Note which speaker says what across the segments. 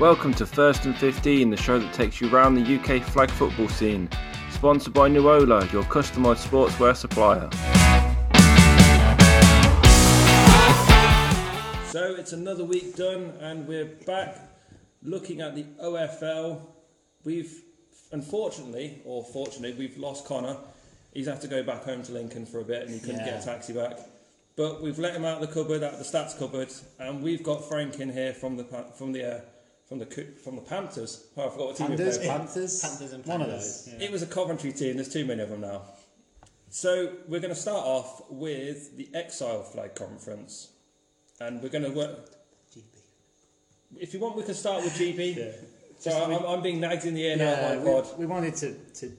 Speaker 1: Welcome to First and 15, the show that takes you round the UK flag football scene. Sponsored by Nuola, your customised sportswear supplier.
Speaker 2: So it's another week done, and we're back looking at the OFL. We've unfortunately, or fortunately, we've lost Connor. He's had to go back home to Lincoln for a bit, and he couldn't get a taxi back. But we've let him out of the cupboard, out of the stats cupboard, and we've got Frank in here from the Pa- from the uh, from the Coo- from the Panthers. Oh, I forgot what team we
Speaker 3: Panthers,
Speaker 2: played.
Speaker 3: Panthers,
Speaker 4: Panthers and
Speaker 3: one of
Speaker 4: Panthers,
Speaker 3: those.
Speaker 2: It was a Coventry team. There's too many of them now. So we're going to start off with the Exile Flag Conference, and we're going to work. If you want, we can start with GB. So I'm, I'm being nagged in the ear now by
Speaker 3: we,
Speaker 2: Pod.
Speaker 3: we wanted to, to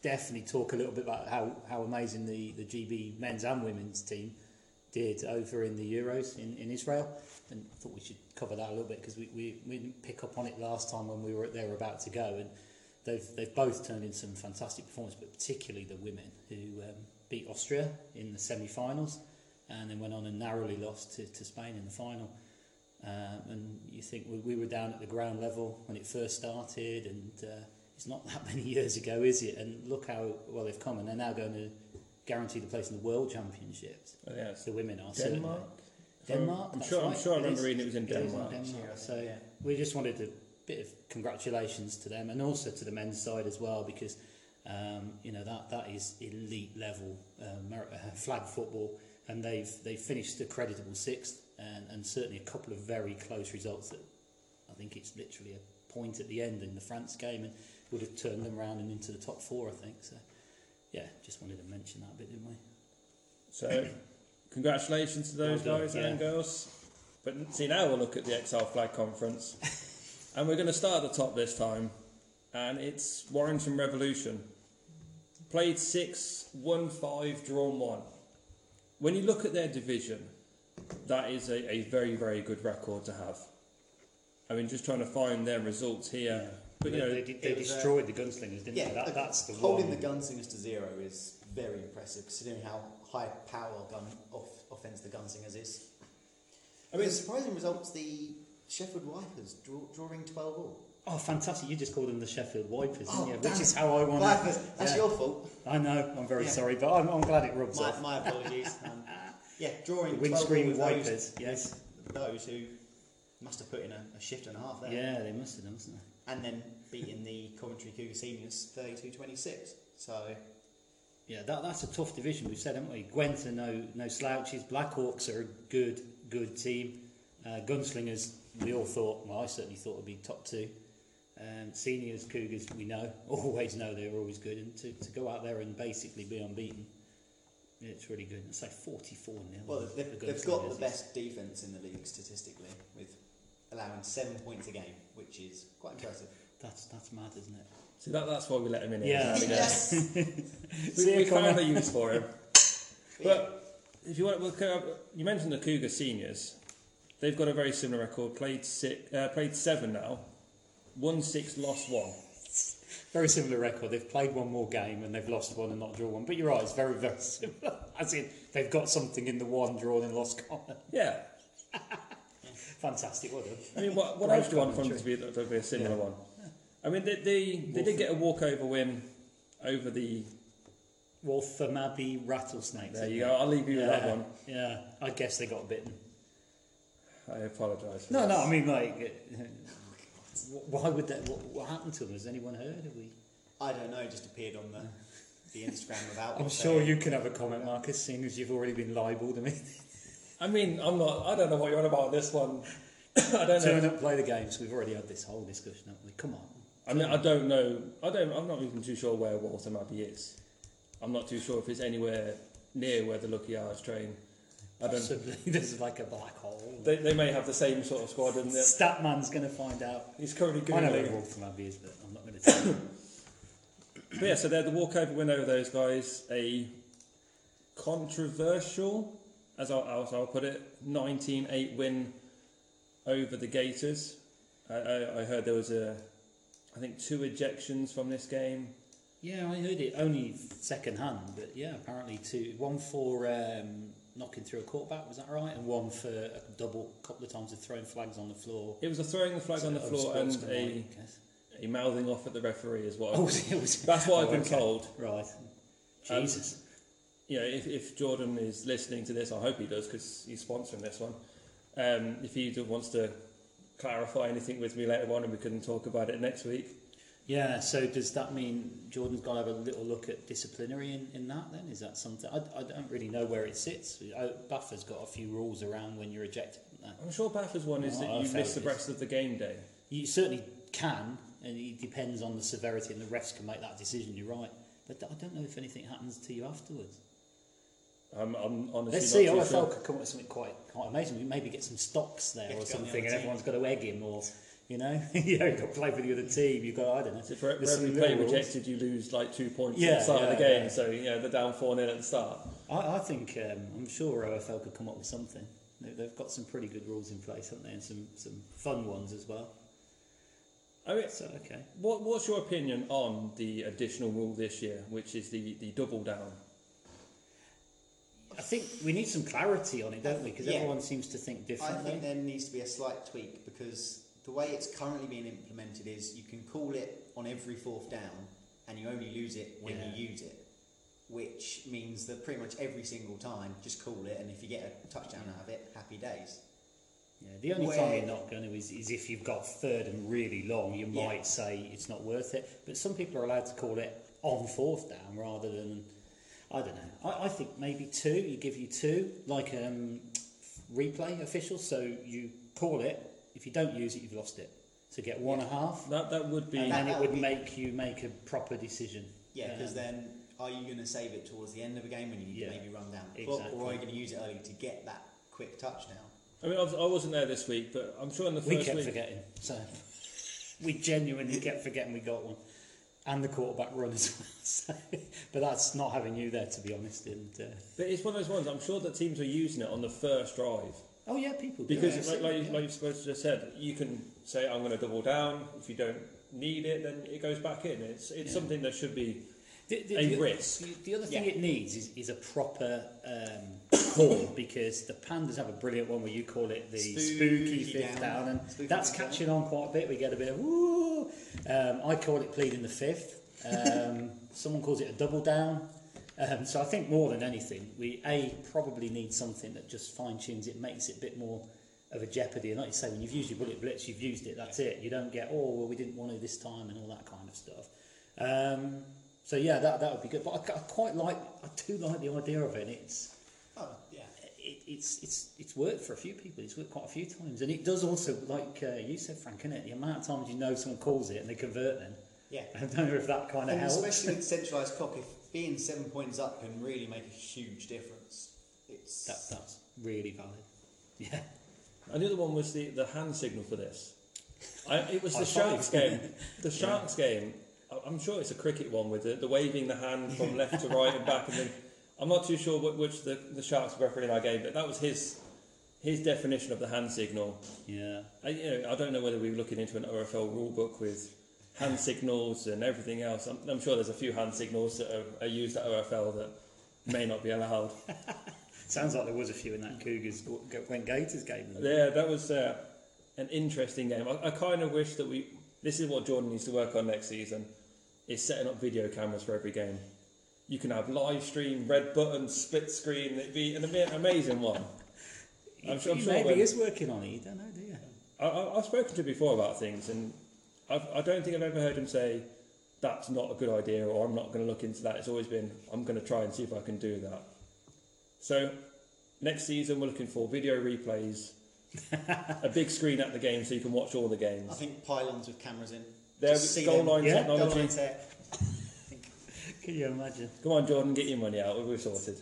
Speaker 3: definitely talk a little bit about how, how amazing the, the GB men's and women's team did over in the Euros in, in Israel. And I thought we should cover that a little bit because we, we, we didn't pick up on it last time when we were there about to go. And they've, they've both turned in some fantastic performances, but particularly the women who um, beat Austria in the semi finals and then went on and narrowly lost to, to Spain in the final. Um, and you think we, we were down at the ground level when it first started, and uh, it's not that many years ago, is it? And look how well they've come, and they're now going to guarantee the place in the World Championships.
Speaker 2: Oh, yeah, it's
Speaker 3: The women are certainly.
Speaker 2: Denmark.
Speaker 3: Denmark.
Speaker 2: I'm
Speaker 3: that's
Speaker 2: sure. I'm
Speaker 3: right,
Speaker 2: sure. I
Speaker 3: it
Speaker 2: remember
Speaker 3: is.
Speaker 2: reading it was in
Speaker 3: is
Speaker 2: Denmark.
Speaker 3: So we just wanted a bit of congratulations to them, and also to the men's side as well, because um, you know that that is elite level uh, mer- uh, flag football, and they've they finished a creditable sixth, and, and certainly a couple of very close results that I think it's literally a point at the end in the France game, and would have turned them round and into the top four, I think. So yeah, just wanted to mention that bit, didn't we?
Speaker 2: So congratulations to those
Speaker 3: Well done,
Speaker 2: guys and
Speaker 3: yeah.
Speaker 2: girls. But see now we'll look at the Exile Flag Conference, and we're going to start at the top this time, and it's Warrington Revolution. Played six, won five, drawn one. When you look at their division, that is a, a very very good record to have. I mean, just trying to find their results here, but you know
Speaker 3: they, they, they
Speaker 4: it was, uh,
Speaker 3: destroyed the gunslingers, didn't
Speaker 4: Yeah,
Speaker 3: they? That,
Speaker 4: look,
Speaker 3: that's the
Speaker 4: holding
Speaker 3: one.
Speaker 4: the gunslingers to zero is very impressive, considering how high power gun off, offense the gunslingers is. I mean, surprising results. The Sheffield Wipers draw, drawing twelve all.
Speaker 3: Oh, fantastic! You just called them the Sheffield Wipers,
Speaker 4: Oh,
Speaker 3: didn't you?
Speaker 4: damn
Speaker 3: Which is
Speaker 4: it.
Speaker 3: how I want.
Speaker 4: Wipers, that's
Speaker 3: yeah.
Speaker 4: your fault.
Speaker 3: I know. I'm very
Speaker 4: Yeah.
Speaker 3: sorry, but I'm, I'm glad it rubs
Speaker 4: My,
Speaker 3: off.
Speaker 4: my apologies. Um, yeah,
Speaker 3: The
Speaker 4: drawing 12 all
Speaker 3: windscreen
Speaker 4: with
Speaker 3: wipers. Yes.
Speaker 4: Those, those who must have put in a, a shift and a half there,
Speaker 3: Yeah, they must have done, mustn't they?
Speaker 4: and then beating the Coventry Cougar Seniors 32-26. So
Speaker 3: Yeah, that, that's a tough division. We've said, haven't we? Gwent are no no slouches. Blackhawks are a good good team. Uh, Gunslingers, we all thought. Well, I certainly thought would be top two. Um, seniors, Cougars, we know, always know they were always good, and to, to go out there and basically be unbeaten, it's really good. It's like 44 nil.
Speaker 4: Well, they've, they've got the best defence in the league statistically, with allowing seven points a game, which is quite impressive.
Speaker 3: That's that's mad, isn't it?
Speaker 2: so that, that's why we let him in. here.
Speaker 3: Yeah.
Speaker 2: we, we found
Speaker 3: Connor.
Speaker 2: a use for him.
Speaker 4: yeah,
Speaker 2: But if you want, well, can I- you mentioned the Cougar seniors. They've got a very similar record. Played six, uh, played seven now. Won six, lost one.
Speaker 3: Very similar record. They've played one more game and they've lost one and not drawn one. But you're right, it's very, very similar. As in, they've got something in the one drawn and lost corner.
Speaker 2: Yeah.
Speaker 3: Fantastic, well done.
Speaker 2: I mean, what, what
Speaker 3: Great
Speaker 2: else do you want from them to
Speaker 3: commentary.
Speaker 2: be, to be a similar one? I mean, they, they, they did get a walkover win over the.
Speaker 3: Wolf for Mabby Rattlesnakes.
Speaker 2: There
Speaker 3: isn't
Speaker 2: you
Speaker 3: it?
Speaker 2: go. I'll leave you
Speaker 3: Yeah,
Speaker 2: with that one.
Speaker 3: Yeah, I guess they got bitten.
Speaker 2: I apologise. for
Speaker 3: No,
Speaker 2: that.
Speaker 3: no, I mean, like, uh, wh- why would that, what, what happened to them? Has anyone heard? Have we?
Speaker 4: I don't know. Just appeared on the the Instagram without.
Speaker 3: I'm
Speaker 4: us
Speaker 3: sure
Speaker 4: saying-
Speaker 3: you can have a comment, Marcus, seeing as you've already been libelled. I mean,
Speaker 2: I mean, I'm not. I don't know what you're on about this one. I don't know.
Speaker 3: turn up, play the games. We've already had this whole discussion, haven't we? Come on.
Speaker 2: I mean, I don't know. I don't. I'm not even too sure where Walter Mabby is. I'm not too sure if it's anywhere near where the Lucky Yards train. I don't.
Speaker 3: Possibly this is like a black hole.
Speaker 2: They, they may have the same sort of squad, and they're-
Speaker 3: Statman's going to find out.
Speaker 2: he's currently
Speaker 3: I know where
Speaker 2: googling.
Speaker 3: Wolf from Abbey is, but I'm not going to tell you.
Speaker 2: But yeah, so they're the walkover win over those guys. A controversial, as I'll, as I'll put it, 19-8 win over the Gators. I, I, I heard there was a, I think two ejections from this game.
Speaker 3: yeah, I heard it only second hand, but yeah, apparently two. One for um, knocking through a quarterback, was that right? And one for a double, a couple of times of throwing flags on the floor.
Speaker 2: It was a throwing the flag on the
Speaker 3: Of
Speaker 2: floor and
Speaker 3: sports
Speaker 2: a,
Speaker 3: combined, I guess.
Speaker 2: a mouthing off at the referee is what.
Speaker 3: Oh,
Speaker 2: I,
Speaker 3: was it was.
Speaker 2: that's what I've
Speaker 3: oh,
Speaker 2: been
Speaker 3: okay.
Speaker 2: told.
Speaker 3: Right.
Speaker 2: Um,
Speaker 3: Jesus.
Speaker 2: you know, if, if Jordan is listening to this, I hope he does because he's sponsoring this one. Um, if he do- wants to clarify anything with me later on and we can talk about it next week,
Speaker 3: yeah, so does that mean Jordan's going to have a little look at disciplinary in, in that then? Is that something? I, I don't really know where it sits. I, Buffer's got a few rules around when you're ejected. and that.
Speaker 2: I'm sure Baffer's one is
Speaker 3: Oh,
Speaker 2: that
Speaker 3: I
Speaker 2: you
Speaker 3: felt
Speaker 2: miss the
Speaker 3: it.
Speaker 2: rest of the game day.
Speaker 3: You certainly can, and it depends on the severity, and the refs can make that decision, you're right. But I don't know if anything happens to you afterwards.
Speaker 2: I'm, I'm honestly
Speaker 3: Let's
Speaker 2: not
Speaker 3: see,
Speaker 2: too
Speaker 3: OFL
Speaker 2: sure.
Speaker 3: could come up with something quite, quite amazing. We maybe get some stocks there
Speaker 4: Get
Speaker 3: or
Speaker 4: to go on the other
Speaker 3: something, and
Speaker 4: team.
Speaker 3: everyone's got to egg him, or, you know, you know, you've got to play for the other team, you've got, I don't know.
Speaker 2: So for, for
Speaker 3: there's
Speaker 2: every
Speaker 3: some
Speaker 2: play
Speaker 3: little rules.
Speaker 2: rejected, you lose like two points at
Speaker 3: Yeah,
Speaker 2: the start of the
Speaker 3: yeah,
Speaker 2: game.
Speaker 3: yeah.
Speaker 2: So, you know, they're down 4 0 at the start.
Speaker 3: I, I think, um, I'm sure OFL could come up with something. They- They've got some pretty good rules in place, haven't they? And some, some fun ones as well.
Speaker 2: I mean,
Speaker 3: So, okay.
Speaker 2: what, what's your opinion on the additional rule this year, which is the, the double down?
Speaker 3: I think we need some clarity on it, don't we? Because
Speaker 4: Yeah.
Speaker 3: everyone seems to think
Speaker 4: I
Speaker 3: differently.
Speaker 4: think there needs to be a slight tweak because the way it's currently being implemented is you can call it on every fourth down and you only lose it when
Speaker 3: Yeah.
Speaker 4: you use it, which means that pretty much every single time, just call it, and if you get a touchdown out of it, happy days.
Speaker 3: Yeah, the only
Speaker 4: Where-
Speaker 3: time you're not going to is, is if you've got third and really long, you
Speaker 4: Yeah.
Speaker 3: might say it's not worth it. But some people are allowed to call it on fourth down rather than, I don't know. I, I think maybe two, you give you two, like um, replay officials. So you call it, if you don't use it, you've lost it. So get one and a half,
Speaker 2: That, that would be.
Speaker 3: and
Speaker 4: that-
Speaker 3: then it
Speaker 4: that
Speaker 3: would
Speaker 4: would be-
Speaker 3: make you make a proper decision.
Speaker 4: Yeah, because
Speaker 3: Um,
Speaker 4: then are you going to save it towards the end of a game when you need
Speaker 3: Yeah.
Speaker 4: to maybe run down the clock,
Speaker 3: Exactly.
Speaker 4: or are you going to use it early to get that quick touchdown?
Speaker 2: I mean, I was- I wasn't there this week, but I'm sure in the
Speaker 3: We
Speaker 2: first
Speaker 3: kept
Speaker 2: week.
Speaker 3: forgetting. So we genuinely kept forgetting we got one. And the quarterback run as well. So, but that's not having you there, to be honest. And uh,
Speaker 2: But it's one of those ones. I'm sure that teams are using it on the first drive
Speaker 3: oh yeah, people do
Speaker 2: because,
Speaker 3: it.
Speaker 2: like, like, like you're supposed to have said, you can say, "I'm going to double down." If you don't need it, then it goes back in. It's it's something that should be.
Speaker 3: the, the,
Speaker 2: a
Speaker 3: the,
Speaker 2: risk.
Speaker 3: The, the other thing
Speaker 4: Yeah.
Speaker 3: it needs is, is a proper um, call because the pandas have a brilliant one where you call it the spooky,
Speaker 4: Spooky
Speaker 3: fifth
Speaker 4: down.
Speaker 3: down, and
Speaker 4: Spooky
Speaker 3: that's
Speaker 4: fifth
Speaker 3: catching on quite a bit. We get a bit of woo. Um, I call it pleading the fifth. Um, someone calls it a double down. Um, so I think more than anything, we a probably need something that just fine tunes it, makes it a bit more of a jeopardy. And like you say, when you've used your bullet blitz, you've used it. That's it. You don't get oh well, we didn't want to this time and all that kind of stuff. Um, so yeah, that that would be good. But I, I quite like, I do like the idea of it. and It's
Speaker 4: Oh, yeah.
Speaker 3: it, it's it's it's worked for a few people. It's worked quite a few times, and it does also, like uh, you said, Frank, is it? The amount of times you know someone calls it and they convert then.
Speaker 4: Yeah.
Speaker 3: I don't know if that kind of
Speaker 4: And
Speaker 3: helps.
Speaker 4: especially with centralised clock, if being seven points up can really make a huge difference. It's
Speaker 3: That, that's really valid. Yeah.
Speaker 2: And the other one was the, the hand signal for this. I, it was
Speaker 3: High
Speaker 2: the
Speaker 3: five.
Speaker 2: sharks game. The sharks game. I- I'm sure it's a cricket one with the, the waving the hand from left to right and back. And then I'm not too sure whi- which the, the sharks referee in our game, but that was his his definition of the hand signal.
Speaker 3: Yeah.
Speaker 2: I, you know, I don't know whether we were looking into an OFL rule book with hand signals and everything else. I'm, I'm sure there's a few hand signals that are, are used at OFL that may not be allowed.
Speaker 3: Sounds like there was a few in that Cougars go- go- when Gators game. wasn't there?
Speaker 2: Yeah, that was uh, an interesting game. I, I kind of wish that we. This is what Jordan needs to work on next season: is setting up video cameras for every game. You can have live stream, red button, split screen. It'd be an ama- amazing one. I'm sure- I'm
Speaker 3: he
Speaker 2: sure
Speaker 3: maybe
Speaker 2: when-
Speaker 3: is working on it. You don't know, do you?
Speaker 2: I, I, I've spoken to him before about things, and I've, I don't think I've ever heard him say that's not a good idea or I'm not going to look into that. It's always been I'm going to try and see if I can do that. So next season we're looking for video replays, a big screen at the game so you can watch all the
Speaker 4: I
Speaker 2: games.
Speaker 4: think pylons with cameras in. Just
Speaker 2: There's
Speaker 4: see
Speaker 2: goal
Speaker 4: them.
Speaker 2: line
Speaker 3: Yeah,
Speaker 4: Goal
Speaker 2: technology.
Speaker 4: line set.
Speaker 3: Can you imagine?
Speaker 2: Come on, Jordan, get your money out. We're sorted.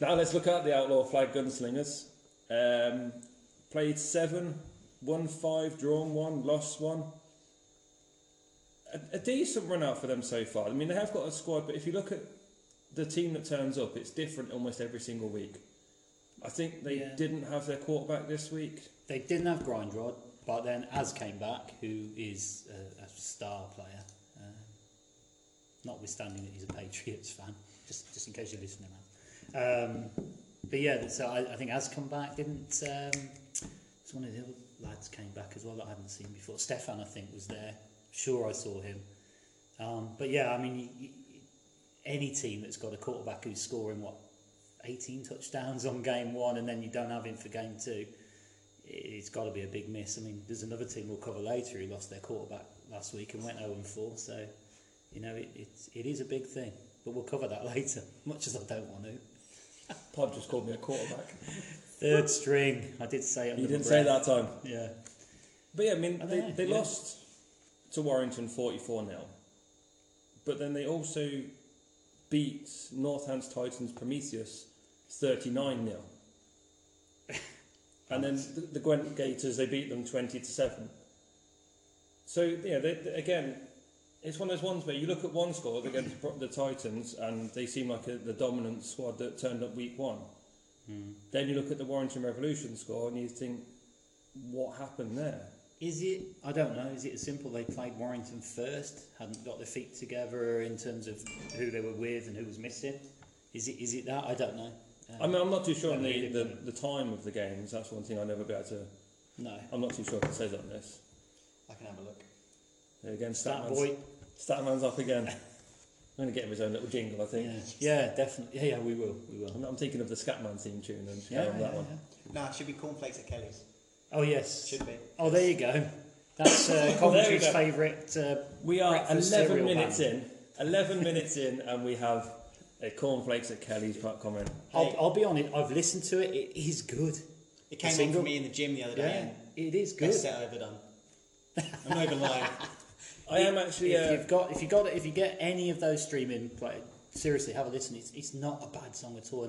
Speaker 2: Now let's look at the outlaw flag gunslingers. Um, played seven, won five, drawn one, lost one. A, a decent run out for them so far. I mean, they have got a squad, but if you look at the team that turns up, it's different almost every single week. I think they
Speaker 3: Yeah.
Speaker 2: didn't have their quarterback this week.
Speaker 3: They didn't have Grindrod, but then Az came back, who is a, a star player. Um, notwithstanding that he's a Patriots fan, just just in case you're listening, Az. Um, But yeah, so I, I think has come back, didn't? Um, it's one of the other lads came back as well that I hadn't seen before. Stefan, I think, was there. Sure, I saw him. Um, but yeah, I mean, you, you, any team that's got a quarterback who's scoring what 18 touchdowns on game one, and then you don't have him for game two, it- it's got to be a big miss. I mean, there's another team we'll cover later who lost their quarterback last week and went 0 4. So, you know, it, it's it is a big thing. But we'll cover that later, much as I don't want to.
Speaker 2: Pod just called me a quarterback.
Speaker 3: Third string. I did say it.
Speaker 2: You
Speaker 3: under my
Speaker 2: didn't say
Speaker 3: breath.
Speaker 2: that time.
Speaker 3: Yeah.
Speaker 2: But yeah, I mean,
Speaker 3: I
Speaker 2: they,
Speaker 3: dunno,
Speaker 2: they
Speaker 3: yeah.
Speaker 2: lost to Warrington 44 0. But then they also beat Northants Titans Prometheus 39 0. and then the, the Gwent Gators, they beat them 20 to 7. So, yeah, they, they- again, it's one of those ones where you look at one score against the Titans and they seem like a, the dominant squad that turned up week one.
Speaker 3: Hmm.
Speaker 2: Then you look at the Warrington Revolution score and you think, what happened there?
Speaker 3: Is it? I don't know. Is it as simple? They played Warrington first, hadn't got their feet together in terms of who they were with and who was missing. Is it? Is it that? I don't know. Uh,
Speaker 2: I mean, I'm not too sure on the,
Speaker 3: Agreed.
Speaker 2: the, the time of the games. That's one thing I'll never be able to.
Speaker 3: no.
Speaker 2: I'm not too sure if it says on this.
Speaker 4: I can have a look.
Speaker 2: Again,
Speaker 3: That
Speaker 2: Statman's,
Speaker 3: boy.
Speaker 2: Statman's up again. I'm going to get him his own little jingle, I think.
Speaker 3: Yeah. yeah, definitely. Yeah, yeah, we will. We will.
Speaker 2: I'm, I'm thinking of the Scatman theme tune and
Speaker 3: Yeah,
Speaker 2: carrying on
Speaker 3: yeah,
Speaker 2: that one.
Speaker 3: yeah.
Speaker 4: No, it should be cornflakes at Kelly's.
Speaker 3: Oh yes.
Speaker 4: Should be.
Speaker 3: Oh, there you go. That's uh,
Speaker 2: There we
Speaker 3: Coventry's
Speaker 2: go.
Speaker 3: favourite. Uh,
Speaker 2: We are
Speaker 3: Breakfast
Speaker 2: 11
Speaker 3: cereal
Speaker 2: minutes
Speaker 3: band.
Speaker 2: in. 11 minutes in, and we have a cornflakes at Kelly's part comment.
Speaker 3: I'll, I'll be on it. I've listened to it. It is good.
Speaker 4: It came on
Speaker 3: single?
Speaker 4: for me in the gym the other day.
Speaker 3: Yeah,
Speaker 4: and
Speaker 3: it is good.
Speaker 4: Best set I ever done. I'm not even lying.
Speaker 2: I am actually.
Speaker 3: If
Speaker 2: Uh,
Speaker 3: you've got, if you got, if you get any of those streaming, like seriously, have a listen. It's, it's not a bad song at all.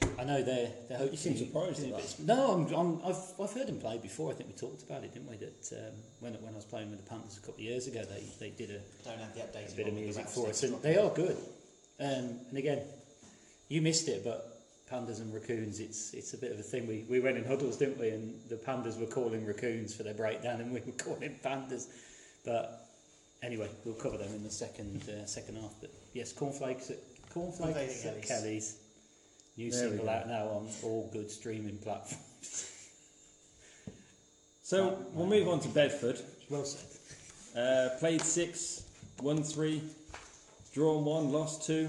Speaker 3: And I know they're they're hoping.
Speaker 2: You seem surprised at that.
Speaker 3: No, I'm, I'm, I've I've heard him play before. I think we talked about it, didn't we? That um, when when I was playing with the Panthers a couple of years ago, they they did a
Speaker 4: Don't have the updated
Speaker 3: a bit of
Speaker 4: one with the
Speaker 3: music
Speaker 4: rap
Speaker 3: for us,
Speaker 4: stuff.
Speaker 3: and they are good. Um, and again, you missed it, but pandas and raccoons, it's it's a bit of a thing. We we went in huddles, didn't we? And the pandas were calling raccoons for their breakdown, and we were calling pandas. But anyway, we'll cover them in the second uh, second half. But yes, cornflakes at cornflakes
Speaker 4: Cornflakes
Speaker 3: at
Speaker 4: at Kelly's.
Speaker 3: Kelly's. New
Speaker 2: There we
Speaker 3: single
Speaker 2: go.
Speaker 3: out now on all good streaming platforms.
Speaker 2: so we'll move on to Bedford.
Speaker 3: well said.
Speaker 2: Uh, played six, won three, drawn one, lost two.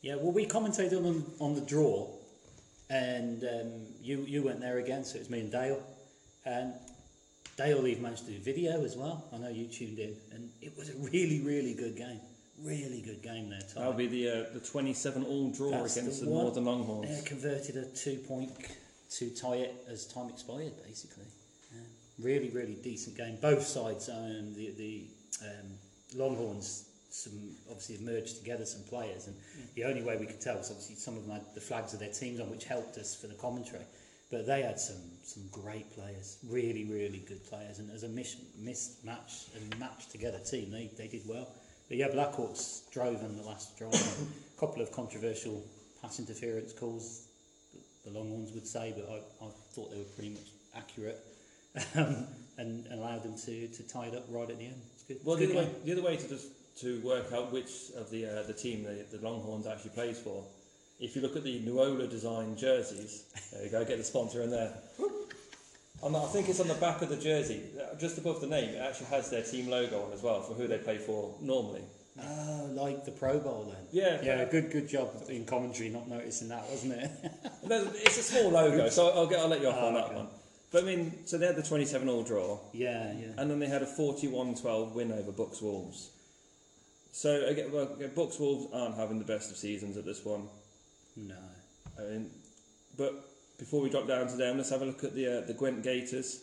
Speaker 3: Yeah, well, we commentated on on the draw, and um, you you went there again, so it's me and Dale, and Dale even managed to do video as well. I know you tuned in, and it was a really really good game, really good game there, Tom.
Speaker 2: That'll be the uh, the 27 all draw
Speaker 3: That's
Speaker 2: against the,
Speaker 3: one.
Speaker 2: Northern Longhorns.
Speaker 3: Yeah, converted a two point to tie it as time expired, basically. Yeah. Really, really decent game. Both sides, um, the, the um, Longhorns, some obviously have merged together some players, and the only way we could tell was obviously some of them had the flags of their teams on, which helped us for the commentary. But they had some some great players, really, really good players, and as a mis- mismatch and matched together team, they, they did well. But yeah, Blackhawks drove in the last drive. a couple of controversial pass interference calls, the Longhorns would say, but I, I thought they were pretty much accurate um, and allowed them to, to tie it up right at the end. It's good.
Speaker 2: Well,
Speaker 3: it's
Speaker 2: the
Speaker 3: good
Speaker 2: other, way,
Speaker 3: game.
Speaker 2: the other way to just to work out which of the uh, the team the, the Longhorns actually plays for, if you look at the Nuola design jerseys, there you go, get the sponsor in there. On the, I think it's on the back of the jersey, uh, just above the name. It actually has their team logo on as well for who they play for normally.
Speaker 3: Oh, like the Pro Bowl then.
Speaker 2: Yeah,
Speaker 3: Yeah, good good job in commentary not noticing that, wasn't it?
Speaker 2: No, it's a small logo, so I'll get I'll let you off
Speaker 3: Oh,
Speaker 2: on that
Speaker 3: okay.
Speaker 2: one. But I mean, so they had the 27 all draw.
Speaker 3: yeah, yeah.
Speaker 2: And then they had a 41-12 win over Bucks Wolves. So again, well, again, Bucks Wolves aren't having the best of seasons at this one.
Speaker 3: No.
Speaker 2: I mean, but before we drop down to them, let's have a look at the uh, the Gwent Gators.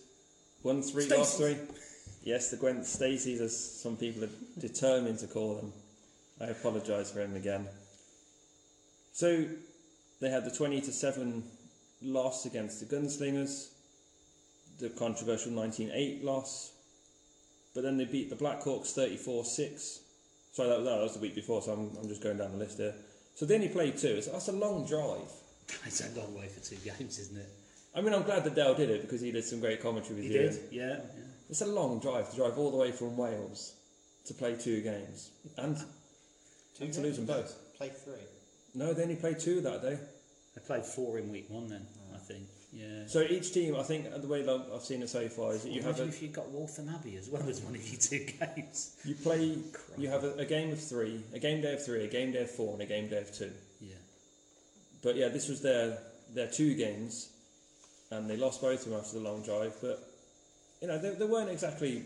Speaker 2: One three, lost three.
Speaker 3: Stacey's.
Speaker 2: Yes, the Gwent Stacies, as some people are determined to call them. I apologise for him again. So they had the twenty to seven loss against the Gunslingers, the controversial 19-8 loss, but then they beat the Blackhawks 34-6. Sorry, that, that was the week before, so I'm, I'm just going down the list here. So they only played two. So that's a long drive.
Speaker 3: It's a long way for two games, isn't it?
Speaker 2: I mean, I'm glad that Dale did it because he did some great commentary with
Speaker 3: He
Speaker 2: you.
Speaker 3: did, yeah. yeah.
Speaker 2: It's a long drive to drive all the way from Wales to play two games and, and to lose them both.
Speaker 4: Play three.
Speaker 2: No, they only played two that day.
Speaker 3: They played four in week one then, I think. Yeah.
Speaker 2: So each team, I think, uh, the way that I've seen it so far is that you have
Speaker 3: Imagine
Speaker 2: a,
Speaker 3: if you got Waltham Abbey as well as one of your two games.
Speaker 2: you play,
Speaker 3: Crikey.
Speaker 2: you have a, a game of three, a game day of three, a game day of four, and a game day of two.
Speaker 3: Yeah.
Speaker 2: But yeah, this was their their two games, and they lost both of them after the long drive. But you know, they, they weren't exactly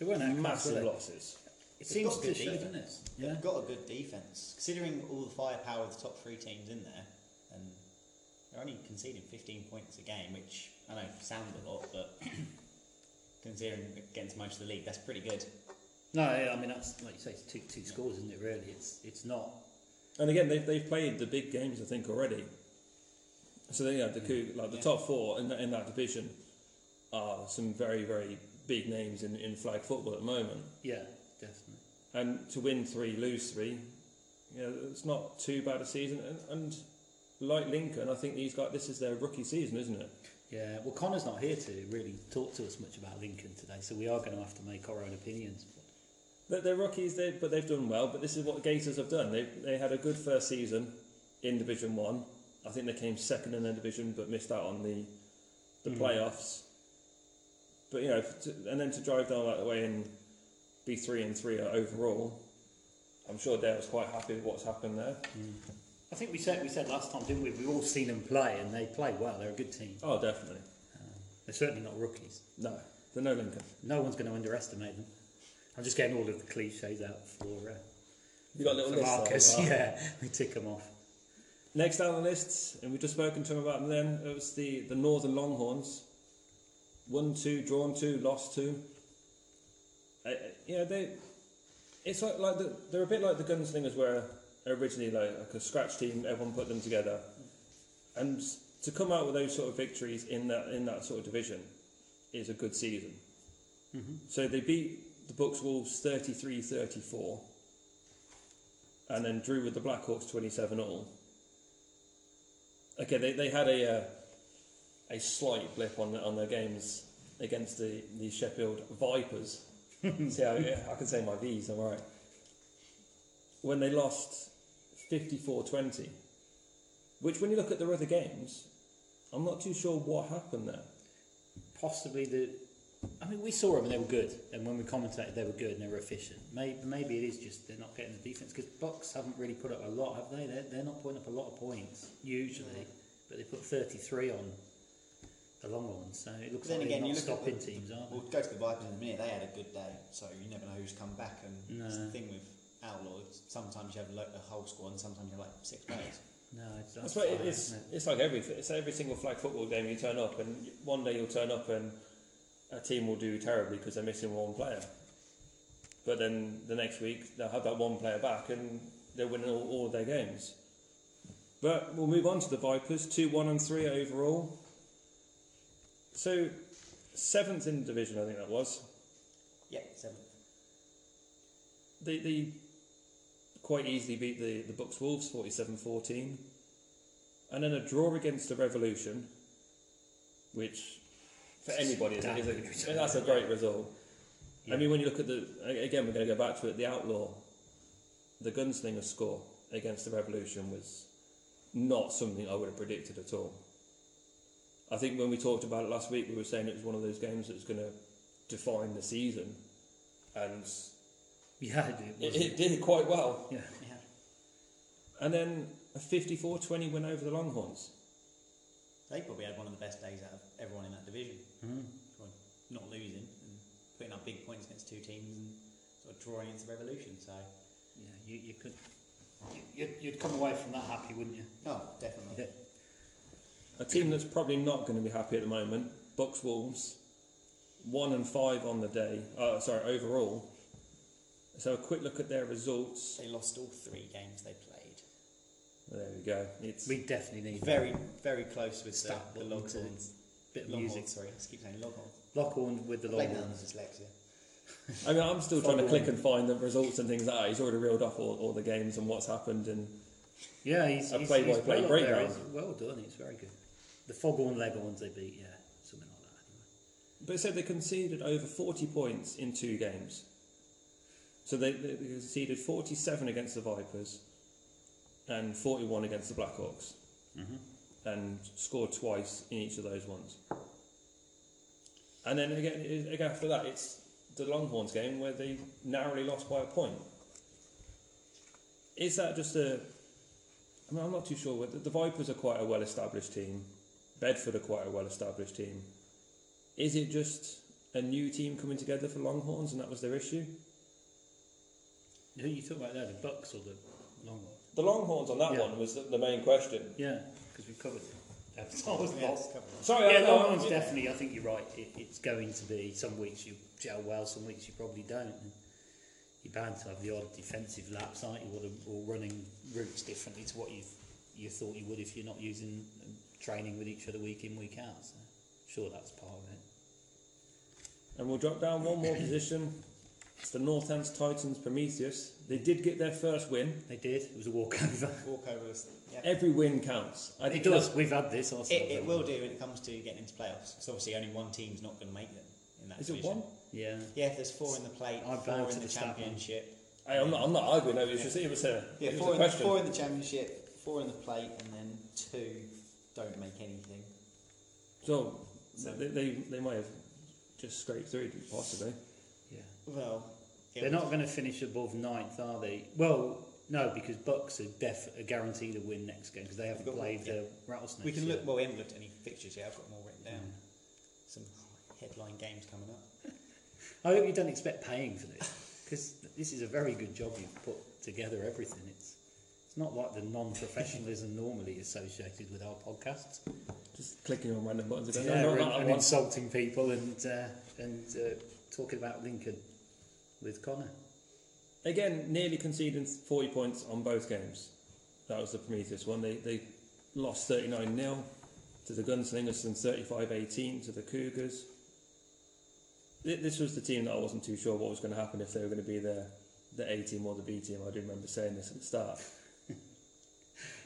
Speaker 3: They weren't outclassed, were
Speaker 2: massive
Speaker 3: they?
Speaker 2: losses.
Speaker 3: It
Speaker 4: They've
Speaker 3: seems
Speaker 4: got
Speaker 3: good,
Speaker 4: good defence.
Speaker 3: doesn't it?
Speaker 4: They've
Speaker 3: Yeah.
Speaker 4: got a good defence, considering all the firepower of the top three teams in there, and they're only conceding 15 points a game, which I know sounds a lot, but considering against most of the league, that's pretty good.
Speaker 3: No, yeah, I mean that's like you say, it's two two scores, isn't it? Really, it's it's not.
Speaker 2: And again, they've, they've played the big games, I think, already. So they, you know, the coup, like the
Speaker 4: Yeah.
Speaker 2: top four in that, in that division are some very very big names in, in flag football at the moment.
Speaker 3: Yeah, definitely.
Speaker 2: And to win three, lose three, you know, it's not too bad a season. And, and like Lincoln, I think these guys, this is their rookie season, isn't it?
Speaker 3: Yeah. Well, Connor's not here to really talk to us much about Lincoln today, so we are going to have to make our own opinions.
Speaker 2: They're, they're rookies, they, but they've done well. But this is what Gators have done. They they had a good first season in Division One. I think they came second in their division, but missed out on the the
Speaker 3: Mm.
Speaker 2: playoffs. But you know, f- to, and then to drive down that way and be three and three overall, I'm sure Dale was quite happy with what's happened there.
Speaker 3: I think we said we said last time, didn't we? We've all seen them play, and they play well. They're a good team. Um,
Speaker 2: Oh, definitely.
Speaker 3: They're certainly not rookies.
Speaker 2: No, the no Lincoln.
Speaker 3: No one's going to underestimate them. I'm just getting all of the cliches out for. Uh,
Speaker 2: You got a little
Speaker 3: for
Speaker 2: list. there,
Speaker 3: Marcus.
Speaker 2: right?
Speaker 3: Yeah, we tick them off.
Speaker 2: Next down the list, and we've just spoken to him about them. It was the the Northern Longhorns. Won two, drawn two, lost two. Uh, you know they, it's like like the, they're a bit like the Gunslingers were originally like, like a scratch team. Everyone put them together, and to come out with those sort of victories in that in that sort of division is a good season. So they beat the Bucks Wolves 33-34 and then drew with the Blackhawks 27 all. Okay, they, they had a uh, a slight blip on on their games against the, the Sheffield Vipers. See, how, yeah, I can say my V's, I'm alright. When they lost 54 20, which when you look at their other games, I'm not too sure what happened there.
Speaker 3: possibly the. I mean, we saw them and they were good, and when we commentated, they were good and they were efficient. Maybe, maybe it is just they're not getting the defense because Bucks haven't really put up a lot, have they? They're, they're not putting up a lot of points usually, but they put 33 on the long ones, so it looks
Speaker 4: But then
Speaker 3: like
Speaker 4: again,
Speaker 3: they're
Speaker 4: you
Speaker 3: not
Speaker 4: look at
Speaker 3: stopping
Speaker 4: the-
Speaker 3: teams, are
Speaker 4: We'll go to the Vipers in a minute, they had a good day, so you never know who's come back, and it's the
Speaker 3: No.
Speaker 4: thing with Outlaws, sometimes you have like, a whole squad, and sometimes you have like six players.
Speaker 3: they? No, it's
Speaker 2: That's right.
Speaker 3: fine,
Speaker 2: It's
Speaker 3: isn't it?
Speaker 2: it's like every it's every single flag football game you turn up, and one day you'll turn up and a team will do terribly because they're missing one player. But then the next week they'll have that one player back, and they're winning all, all of their games. But we'll move on to the Vipers, two one and three overall. So seventh in division, I think that was.
Speaker 4: Yeah, seven.
Speaker 2: They they quite easily beat the the Bucks Wolves 47-14. and then a draw against the Revolution, which for anybody is, is a, that's a great result. I mean, when you look at the a- again, we're going to go back to it. The Outlaw, the Gunslinger score against the Revolution was not something I would have predicted at all. I think when we talked about it last week, we were saying it was one of those games that's going to define the season, and
Speaker 3: yeah, it, it,
Speaker 2: it,
Speaker 3: was,
Speaker 2: it did quite well.
Speaker 3: yeah.
Speaker 4: Yeah.
Speaker 2: And then a 54 20 win over the Longhorns.
Speaker 4: They probably had one of the best days out of everyone in that division.
Speaker 3: Mm.
Speaker 4: Sort of Not losing and putting up big points against two teams and sort of drawing into revolution. So,
Speaker 3: yeah, you, you could, you, you'd- you'd come away from that happy, wouldn't you?
Speaker 4: no, definitely.
Speaker 3: Yeah.
Speaker 2: A team that's probably not going to be happy at the moment, Bucks Wolves, one and five on the day. Uh, sorry, overall. So a quick look at their results.
Speaker 4: They lost all three games they played.
Speaker 2: There we go. It's
Speaker 3: We definitely need that.
Speaker 4: Very, very close with the,
Speaker 3: Stat
Speaker 4: the
Speaker 3: button
Speaker 4: Longhorns.
Speaker 3: bit of music.
Speaker 4: Longhorns, sorry. I keep saying Longhorns.
Speaker 3: Lockhorn with the long
Speaker 4: Blame that
Speaker 3: one.
Speaker 4: on dyslexia.
Speaker 2: I mean, I'm still trying to
Speaker 3: Following.
Speaker 2: click and find the results and things like that. He's already reeled off all, all the games and what's happened. And
Speaker 3: Yeah, he's,
Speaker 2: A
Speaker 3: he's,
Speaker 2: play-by-play
Speaker 3: he's well up
Speaker 2: breakdown.
Speaker 3: there. He's well done. He's very good. The Foghorn Leghorns they beat, yeah, something like that. Anyway.
Speaker 2: but it said they conceded over 40 points in two games. So they, they they conceded 47 against the Vipers and 41 against the Blackhawks. and scored twice in each of those ones. And then again, it- again after that, it's the Longhorns game where they narrowly lost by a point. Is that just a? I mean, I'm not too sure. whether- The Vipers are quite a well-established team. Bedford are quite a well-established team. Is it just a new team coming together for Longhorns, and that was their issue?
Speaker 3: Who are you talking about there? The Bucks or the Long one?
Speaker 2: The Longhorns on that
Speaker 3: Yeah.
Speaker 2: one was the, the main question.
Speaker 3: Yeah, because we've covered it. Avatar was
Speaker 4: Yeah,
Speaker 3: lost.
Speaker 4: it's covered.
Speaker 2: Sorry,
Speaker 3: Yeah,
Speaker 2: I,
Speaker 3: no,
Speaker 2: I-
Speaker 3: one's definitely. I think you're right. It, it's going to be some weeks you gel well, some weeks you probably don't. And you're bound to have the odd defensive lapse, aren't you, or, the, or running routes differently to what you you thought you would if you're not using and training with each other week in week out. So sure, that's part of it.
Speaker 2: And we'll drop down one more position. It's the North Ends Titans Prometheus. They did get their first win.
Speaker 3: They did. It was a walkover.
Speaker 4: Walkover was. Yeah. It,
Speaker 2: Every win counts. I
Speaker 3: It
Speaker 2: think
Speaker 3: does. We've had this. ourselves,
Speaker 4: it
Speaker 3: haven't
Speaker 4: will
Speaker 3: we?
Speaker 4: do when it comes to getting into playoffs. Because obviously only one team's not going to make them in that
Speaker 2: Is it
Speaker 4: division.
Speaker 2: one?
Speaker 3: Yeah.
Speaker 4: Yeah, if there's four in the plate,
Speaker 3: I
Speaker 4: four
Speaker 3: bowed to
Speaker 4: in the
Speaker 3: the stat line.
Speaker 4: championship.
Speaker 2: Hey, I'm, not, I'm not arguing. No, it was just it was a,
Speaker 4: Yeah,
Speaker 2: it was
Speaker 4: four
Speaker 2: a
Speaker 4: in,
Speaker 2: question.
Speaker 4: four in the championship, four in the plate, and then two don't make anything.
Speaker 2: So they, they they might have just scraped through possibly.
Speaker 3: Yeah.
Speaker 4: Well, it
Speaker 3: They're
Speaker 4: was-
Speaker 3: not going to finish above ninth, are they? Well, no, because Bucks are def are guaranteed a win next game because they haven't
Speaker 4: got-
Speaker 3: played
Speaker 4: yeah.
Speaker 3: the Rattlesnakes.
Speaker 4: We can
Speaker 3: yet.
Speaker 4: look. Well, we haven't looked at any fixtures yet. I've got them all written down. Some headline games coming up.
Speaker 3: I hope you don't expect paying for this because this is a very good job you've put together. Everything it's it's not like the non-professionalism normally associated with our podcasts.
Speaker 2: Just clicking on random buttons.
Speaker 3: Yeah,
Speaker 2: Again. no,
Speaker 3: and,
Speaker 2: no,
Speaker 3: and
Speaker 2: no, no,
Speaker 3: insulting people and uh, and uh, talking about Lincoln with Connor.
Speaker 2: again, nearly conceding 40 points on both games. That was the Prometheus one. They they lost 39 0 to the Gunslingers and 35 18 to the Cougars. Th- This was the team that I wasn't too sure what was going to happen if they were going to be the, the A team or the B team. I do remember saying this at the start.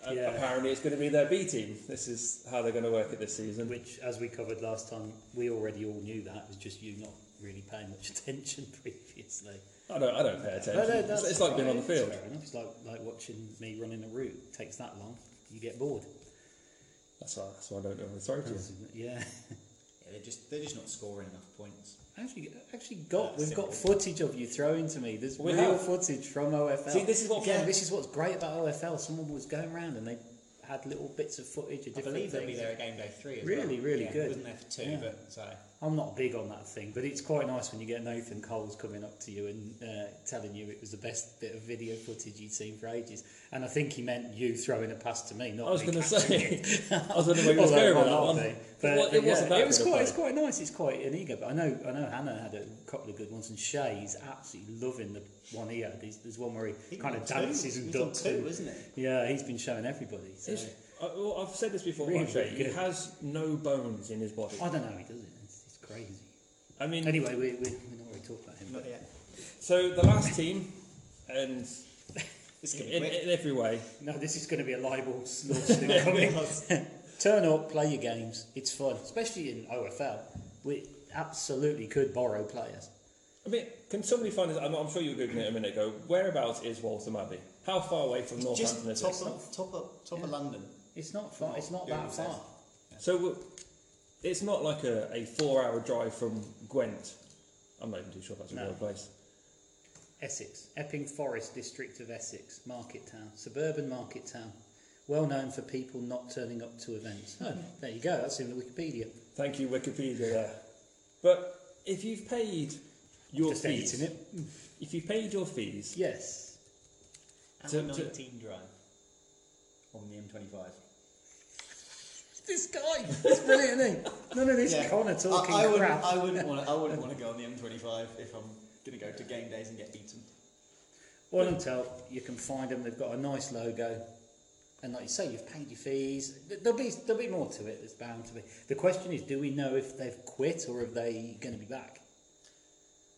Speaker 2: A-
Speaker 3: Yeah.
Speaker 2: Apparently, it's going to be their B team. This is how they're going to work it this season.
Speaker 3: Which, as we covered last time, we already all knew that. It was just you not really paying much attention previously. uh,
Speaker 2: I don't, I don't pay attention. it's, it's like being on the field.
Speaker 3: Fair enough. It's like, like watching me running a route. It takes that long, you get bored.
Speaker 2: That's why, that's why I don't know the throw to.
Speaker 3: Yeah.
Speaker 4: Yeah, they're just they're just not scoring enough points.
Speaker 3: Actually, actually got
Speaker 4: That's
Speaker 3: we've got
Speaker 4: simple.
Speaker 3: footage of you throwing to me. There's
Speaker 2: We
Speaker 3: real
Speaker 2: have.
Speaker 3: footage from OFL.
Speaker 2: See, this is what
Speaker 3: Again,
Speaker 2: fun-
Speaker 3: this is what's great about OFL. Someone was going around and they had little bits of footage of
Speaker 4: I
Speaker 3: different
Speaker 4: believe they'll be
Speaker 3: things.
Speaker 4: there at game day three. As
Speaker 3: Really,
Speaker 4: well.
Speaker 3: really
Speaker 4: yeah,
Speaker 3: good.
Speaker 4: Wasn't there for two,
Speaker 3: Yeah.
Speaker 4: but so
Speaker 3: I'm not big on that thing, but it's quite nice when you get Nathan Coles coming up to you and uh, telling you it was the best bit of video footage you'd seen for ages. And I think he meant you throwing a pass to me, not
Speaker 2: I was
Speaker 3: me
Speaker 2: going to
Speaker 3: catching it.
Speaker 2: say, I was wondering where you was
Speaker 3: Although
Speaker 2: going with
Speaker 3: it
Speaker 2: that
Speaker 3: might
Speaker 2: one.
Speaker 3: not be.
Speaker 2: But,
Speaker 3: But,
Speaker 2: it
Speaker 3: yeah,
Speaker 2: wasn't that
Speaker 3: it was
Speaker 2: good a
Speaker 3: quite,
Speaker 2: play.
Speaker 3: it's quite nice. It's quite an ego. But I know, I know Hannah had a couple of good ones, and Shay's absolutely loving the one he had. There's, there's one where he kind of dances and ducks.
Speaker 4: two,
Speaker 3: And,
Speaker 4: isn't it?
Speaker 3: yeah, he's been showing everybody. So.
Speaker 2: It's- I, well, I've said this before,
Speaker 3: Really
Speaker 2: Roger, he
Speaker 3: good.
Speaker 2: has no bones in his body.
Speaker 3: I don't know. He does it. It's, it's crazy.
Speaker 2: I mean,
Speaker 3: Anyway, we, we, we're not really talking about him.
Speaker 4: Not
Speaker 3: But
Speaker 4: yet.
Speaker 2: so the last team, and
Speaker 4: This is
Speaker 2: in,
Speaker 4: gonna be quick.
Speaker 2: in every way,
Speaker 3: no, this is going to be a libel lawsuit coming. Turn up, play your games. It's fun, especially in OFL. We absolutely could borrow players.
Speaker 2: I mean, can somebody find this? I'm, I'm sure you were googling it a minute ago. Whereabouts is Waltham Abbey? How far away from
Speaker 4: Just
Speaker 2: Northampton is
Speaker 4: top
Speaker 2: it?
Speaker 4: of top of top of London.
Speaker 3: It's not far. It's not that far.
Speaker 2: So w- it's not like a, a four-hour drive from Gwent. I'm not even too sure if that's a
Speaker 3: No.
Speaker 2: real place.
Speaker 3: Essex, Epping Forest district of Essex, market town, suburban market town, well known for people not turning up to events. Oh, there you go. That's in the Wikipedia.
Speaker 2: Thank you, Wikipedia. There, but if you've paid your
Speaker 3: Just
Speaker 2: fees,
Speaker 3: editing it.
Speaker 2: if you've paid your fees,
Speaker 3: Yes.
Speaker 2: To-
Speaker 4: Hour
Speaker 2: to-
Speaker 4: 19 drive on the M25.
Speaker 3: This guy, it's brilliant. Isn't he? None of this Connor talking
Speaker 4: I, I wouldn't,
Speaker 3: crap.
Speaker 4: I wouldn't want to. I wouldn't want to go on the M25 if I'm going to go to game days and get beaten.
Speaker 3: Oil and Tell, you can find them. They've got a nice logo, and like you say, you've paid your fees. Th- There'll be there'll be more to it. There's bound to be. The question is, do we know if they've quit or are they going to be back?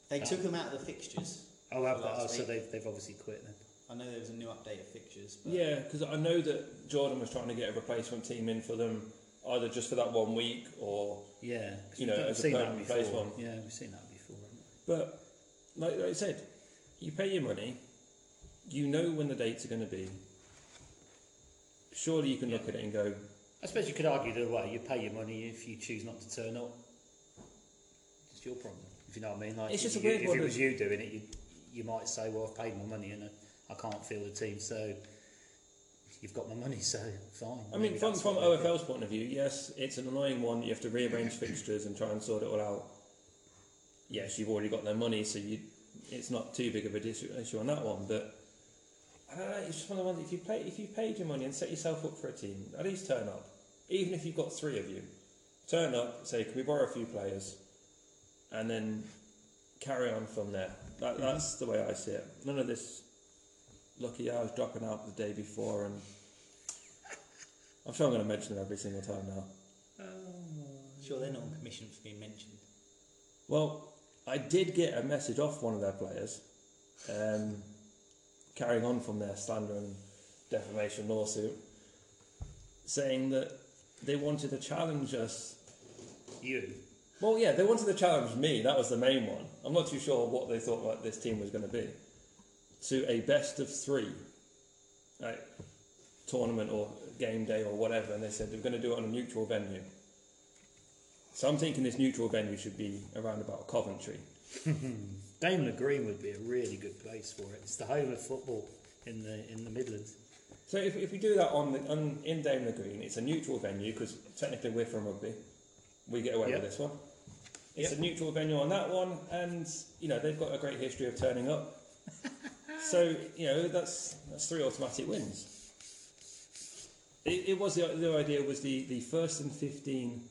Speaker 4: They took them out of the fixtures.
Speaker 3: Oh, have they?
Speaker 4: Last
Speaker 3: oh so
Speaker 4: week.
Speaker 3: they've they've obviously quit then.
Speaker 4: I know there was a new update of fixtures, but
Speaker 2: Yeah, because I know that Jordan was trying to get a replacement team in for them, either just for that one week or.
Speaker 3: Yeah, 'cause
Speaker 2: You
Speaker 3: we've
Speaker 2: know,
Speaker 3: done-
Speaker 2: as a
Speaker 3: seen that
Speaker 2: permanent place
Speaker 3: before.
Speaker 2: one.
Speaker 3: Yeah, we've seen that before. haven't we?
Speaker 2: But like, like I said, you pay your money, you know when the dates are going to be. Surely you can look at it and go,
Speaker 3: I suppose you could argue the way you pay your money if you choose not to turn up. It's your problem, if you know what I mean. Like,
Speaker 2: It's just
Speaker 3: if
Speaker 2: a
Speaker 3: you-
Speaker 2: weird
Speaker 3: If
Speaker 2: one,
Speaker 3: it was
Speaker 2: isn't
Speaker 3: you doing it, you, you might say, "Well, I've paid my money and I, I can't feel the team, so you've got my money, so fine."
Speaker 2: I mean,
Speaker 3: Maybe
Speaker 2: from,
Speaker 3: that's
Speaker 2: from
Speaker 3: what they did.
Speaker 2: OFL's point of view, yes, it's an annoying one. You have to rearrange fixtures and try and sort it all out. Yes, you've already got their money, so you, it's not too big of an issue, issue on that one. But I don't know. It's just one of the ones. If you play, if you paid your money and set yourself up for a team, at least turn up. Even if you've got three of you, turn up. Say, can we borrow a few players, and then carry on from there. That,
Speaker 3: Mm-hmm.
Speaker 2: That's the way I see it. None of this. Lucky I was dropping out the day before and. I'm sure I'm going to mention them every single time now.
Speaker 4: Sure, they're not on commission for being mentioned.
Speaker 2: Well, I did get a message off one of their players, um, carrying on from their slander and defamation lawsuit, saying that they wanted to challenge us.
Speaker 3: you,
Speaker 2: Well, yeah, they wanted to challenge me. That was the main one. I'm not too sure what they thought like, this team was going to be to a best of three, like tournament or game day or whatever. And they said they were going to do it on a neutral venue. So I'm thinking this neutral venue should be around about Coventry.
Speaker 3: Daimler Green would be a really good place for it. It's the home of football in the in the Midlands.
Speaker 2: So if, if we do that on, the, on in Daimler Green, it's a neutral venue because technically we're from rugby. We get away
Speaker 3: Yep.
Speaker 2: with this one. It's a neutral venue on that one, and you know they've got a great history of turning up. so you know that's that's three automatic wins. It, it was the, the idea was the, the first and fifteen.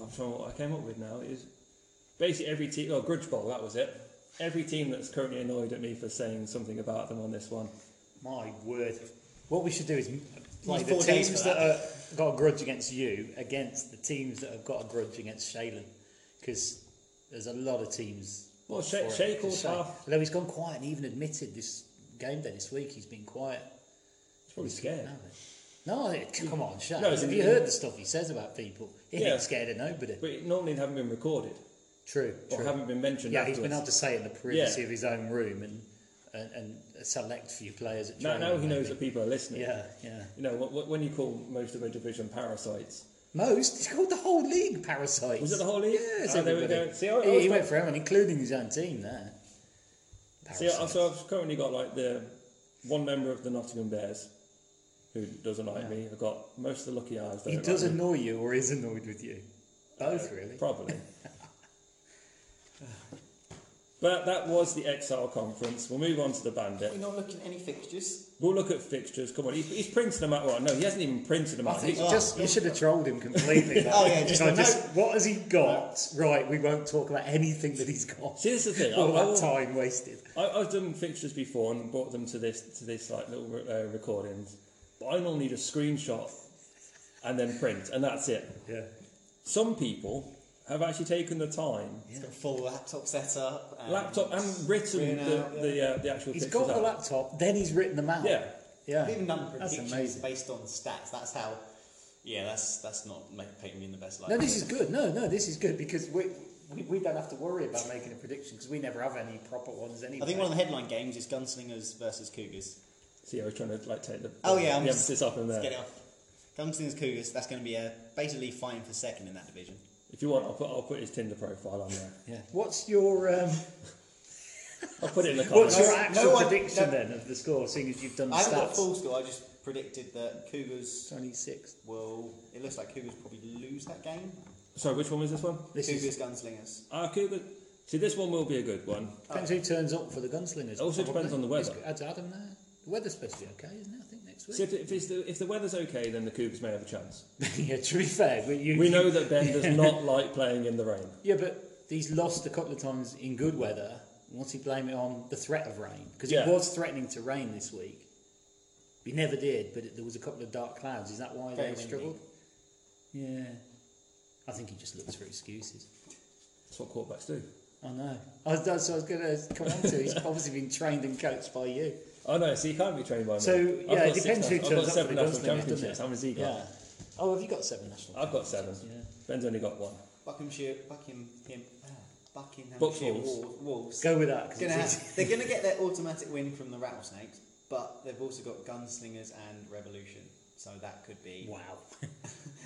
Speaker 2: I'm trying what I came up with now is basically every team. Oh, Grudge Bowl, that was it. Every team that's currently annoyed at me for saying something about them on this one.
Speaker 3: My word. What we should do is play
Speaker 4: Need
Speaker 3: the
Speaker 4: four days
Speaker 3: teams
Speaker 4: for
Speaker 3: that have got a grudge against you against the teams that have got a grudge against Shaylin. Because there's a lot of teams.
Speaker 2: Well,
Speaker 3: for
Speaker 2: Shay-
Speaker 3: it.
Speaker 2: Shay calls
Speaker 3: It's a shame.
Speaker 2: half.
Speaker 3: Although he's gone quiet and even admitted this game day this week, he's been quiet.
Speaker 2: It's probably scared.
Speaker 3: now, mate. No, it- come on, Shay.
Speaker 2: No, it's
Speaker 3: have
Speaker 2: in-
Speaker 3: you heard the stuff he says about people? He
Speaker 2: Yeah.
Speaker 3: ain't scared of nobody.
Speaker 2: But it normally haven't been recorded
Speaker 3: True.
Speaker 2: or
Speaker 3: true.
Speaker 2: haven't been mentioned.
Speaker 3: Yeah, he's
Speaker 2: afterwards.
Speaker 3: been able to say it in the privacy of his own room and, and, and a select few players at
Speaker 2: Now, now
Speaker 3: training,
Speaker 2: he knows that
Speaker 3: maybe.
Speaker 2: people are listening.
Speaker 3: Yeah, yeah.
Speaker 2: You know, wh- wh- when you call most of a division parasites,
Speaker 3: Most. He's called the whole league parasites.
Speaker 2: Was it the whole league?
Speaker 3: Yes,
Speaker 2: Ah, there we
Speaker 3: everybody.
Speaker 2: go. See, I- I
Speaker 3: he,
Speaker 2: was
Speaker 3: he
Speaker 2: like-
Speaker 3: went for everyone, including his own team there.
Speaker 2: See, I-
Speaker 3: Parasites.
Speaker 2: so I've currently got like the one member of the Nottingham Bears who doesn't like me. I've got most of the lucky eyes. that
Speaker 3: he
Speaker 2: don't
Speaker 3: does
Speaker 2: like me.
Speaker 3: annoy you or is annoyed with you. Both, really.
Speaker 2: Probably. but that was the Exile Conference. We'll move on to the Bandit.
Speaker 5: We're not looking at any fixtures.
Speaker 2: We'll look at fixtures. Come on, he's, he's printing them out. Well, no, he hasn't even printed them
Speaker 3: I
Speaker 2: out.
Speaker 3: think
Speaker 2: He's,
Speaker 3: you just you should have trolled him completely. there.
Speaker 5: Oh, yeah, just
Speaker 3: Like,
Speaker 5: a
Speaker 3: what has he got? Right, we won't talk about anything that he's got.
Speaker 2: see, this is the thing. I-
Speaker 3: All
Speaker 2: I
Speaker 3: that
Speaker 2: will-
Speaker 3: time wasted.
Speaker 2: I, I've done fixtures before and brought them to this to this like little uh, recordings, but I normally just screenshot and then print, and that's it.
Speaker 3: Yeah.
Speaker 2: Some people have actually taken the time,
Speaker 5: He's got a full laptop set up. And
Speaker 2: laptop, and written
Speaker 5: Print
Speaker 2: the
Speaker 5: out,
Speaker 2: the, uh, the actual.
Speaker 3: He's
Speaker 2: pictures
Speaker 3: got the
Speaker 2: out.
Speaker 3: laptop, then he's written them out.
Speaker 2: Yeah,
Speaker 3: Yeah.
Speaker 4: We've even done
Speaker 3: That's
Speaker 4: predictions
Speaker 3: amazing.
Speaker 4: based on stats. That's how. Yeah, that's that's not make, painting me in the best light.
Speaker 3: No, this is good. No, no, this is good because we we, we don't have to worry about making a prediction because we never have any proper ones anyway.
Speaker 4: I think one of the headline games is Gunslingers versus Cougars.
Speaker 2: see, I was trying to like take the
Speaker 4: Oh yeah, I'm
Speaker 2: the
Speaker 4: just,
Speaker 2: emphasis off in
Speaker 4: let's
Speaker 2: there.
Speaker 4: Get it off. Gunslingers Cougars. That's going to be a basically fighting for second in that division.
Speaker 2: If you want, I'll put I'll put his Tinder profile on there.
Speaker 3: yeah. What's your um,
Speaker 2: I'll put it in the
Speaker 3: what's
Speaker 2: comments.
Speaker 3: your
Speaker 4: no
Speaker 3: actual
Speaker 4: one-
Speaker 3: prediction
Speaker 4: no-
Speaker 3: then of the score, seeing as you've done the
Speaker 4: I haven't got a
Speaker 3: stats?
Speaker 4: full score. I just predicted that Cougars
Speaker 3: Twenty six.
Speaker 4: will. It looks like Cougars probably lose that game.
Speaker 2: Sorry, which one was this one?
Speaker 3: This
Speaker 4: Cougars
Speaker 3: is,
Speaker 4: Gunslingers.
Speaker 2: Ah, Cougar. See, this one will be a good one.
Speaker 4: Oh.
Speaker 3: depends who turns up for the gunslingers.
Speaker 2: It also depends on the weather.
Speaker 3: It's- Adds Adam there. The weather's supposed to be okay, isn't it? I think next
Speaker 2: See,
Speaker 3: week.
Speaker 2: if, if, it's the, if the weather's okay, then the Cougars may have a chance.
Speaker 3: yeah. To be fair, we, you,
Speaker 2: We
Speaker 3: you-
Speaker 2: know that Ben does not like playing in the rain.
Speaker 3: Yeah, but he's lost a couple of times in good weather. Wants he blame it on the threat of rain? Because
Speaker 2: Yeah.
Speaker 3: it was threatening to rain this week. We never did, but it, there was a couple of dark clouds. Is that why
Speaker 4: Very
Speaker 3: they
Speaker 4: windy.
Speaker 3: struggled? Yeah. I think he just looks for excuses.
Speaker 2: That's what quarterbacks do.
Speaker 3: I know. I, that's what I was going to come on to. He's obviously been trained and coached by you.
Speaker 2: Oh no, so you can't be trained by me.
Speaker 3: So,
Speaker 2: I've
Speaker 3: yeah,
Speaker 2: got
Speaker 3: it
Speaker 2: six
Speaker 3: depends who
Speaker 2: nas-
Speaker 3: turns
Speaker 2: I've got
Speaker 3: up
Speaker 2: seven
Speaker 3: for the
Speaker 2: national
Speaker 3: Gunslinger, doesn't
Speaker 2: championships.
Speaker 3: it?
Speaker 2: How many's he got?
Speaker 3: Yeah. Oh, have you got seven national?
Speaker 2: I've got seven.
Speaker 3: Yeah.
Speaker 2: Ben's only got one.
Speaker 4: Buckinghamshire, Buckingham, ah, Buckinghamshire
Speaker 2: Bucks Wolves.
Speaker 4: Wolves. Wolves.
Speaker 3: Go with that. 'cause
Speaker 4: Gonna
Speaker 3: it's
Speaker 4: have, they're going to get their automatic win from the Rattlesnakes. But they've also got Gunslingers and Revolution, so that could be.
Speaker 3: Wow,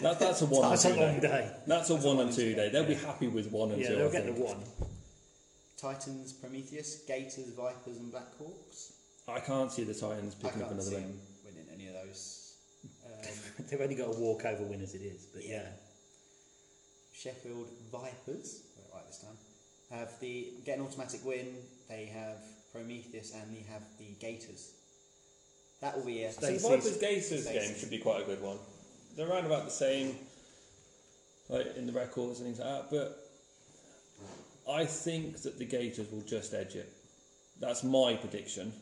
Speaker 2: That, that's a one and
Speaker 3: that's
Speaker 2: two
Speaker 3: a long
Speaker 2: day.
Speaker 3: day.
Speaker 2: That's a one and two day. They'll be happy with one and
Speaker 3: Yeah,
Speaker 2: two.
Speaker 3: they'll
Speaker 2: I
Speaker 3: get the
Speaker 2: think.
Speaker 3: one.
Speaker 4: Titans, Prometheus, Gators, Vipers, and Black Hawks.
Speaker 2: I can't see the Titans
Speaker 4: I
Speaker 2: picking up another
Speaker 4: can't see
Speaker 2: win.
Speaker 4: them winning any of those. Um,
Speaker 3: They've only got a walkover win as it is, but yeah,
Speaker 4: Sheffield Vipers, got it right this time, have the get an automatic win. They have Prometheus and they have the Gators. That will be a
Speaker 2: See,
Speaker 3: Stay- They
Speaker 2: Vipers
Speaker 3: cease-
Speaker 2: Gators
Speaker 4: they
Speaker 2: game
Speaker 4: cease.
Speaker 2: should be quite a good one. They're around about the same, like in the records and things like that. But I think that the Gators will just edge it. That's my prediction,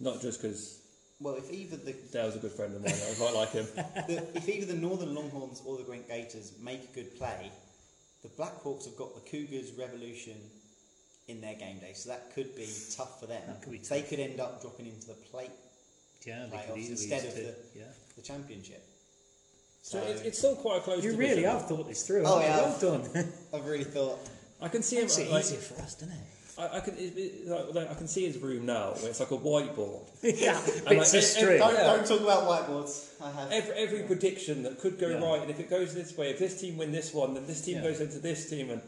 Speaker 2: not just because
Speaker 4: well. If either the
Speaker 2: Dale's a good friend of mine. I quite like him.
Speaker 4: the, if either the Northern Longhorns or the Gwent Gators make a good play, the Blackhawks have got the Cougars Revolution in their game day, so that could be tough for them.
Speaker 3: That could be
Speaker 4: They
Speaker 3: tough.
Speaker 4: could end up dropping into the plate,
Speaker 3: yeah, they could
Speaker 4: Playoffs
Speaker 3: easily
Speaker 4: instead of
Speaker 3: do-
Speaker 4: the-
Speaker 3: yeah.
Speaker 4: the championship.
Speaker 2: So
Speaker 4: So,
Speaker 2: it's, it's still quite a close.
Speaker 3: You
Speaker 2: division.
Speaker 3: really have thought this through.
Speaker 4: Oh,
Speaker 3: haven't
Speaker 4: yeah.
Speaker 3: you? well done.
Speaker 4: I've really thought
Speaker 2: I can see him.
Speaker 3: Makes it
Speaker 2: like,
Speaker 3: easier for us, doesn't it?
Speaker 2: I, I can. It, it, like, although I can see his room now. Where it's like a whiteboard.
Speaker 3: yeah,
Speaker 2: like,
Speaker 3: bits
Speaker 2: it-
Speaker 3: of
Speaker 2: it-
Speaker 3: string.
Speaker 4: don't,
Speaker 2: Yeah.
Speaker 4: don't talk about whiteboards. I have
Speaker 2: Every, every prediction that could go
Speaker 3: Yeah.
Speaker 2: right, and if it goes this way, if this team win this one, then this team
Speaker 3: Yeah.
Speaker 2: goes into this team, and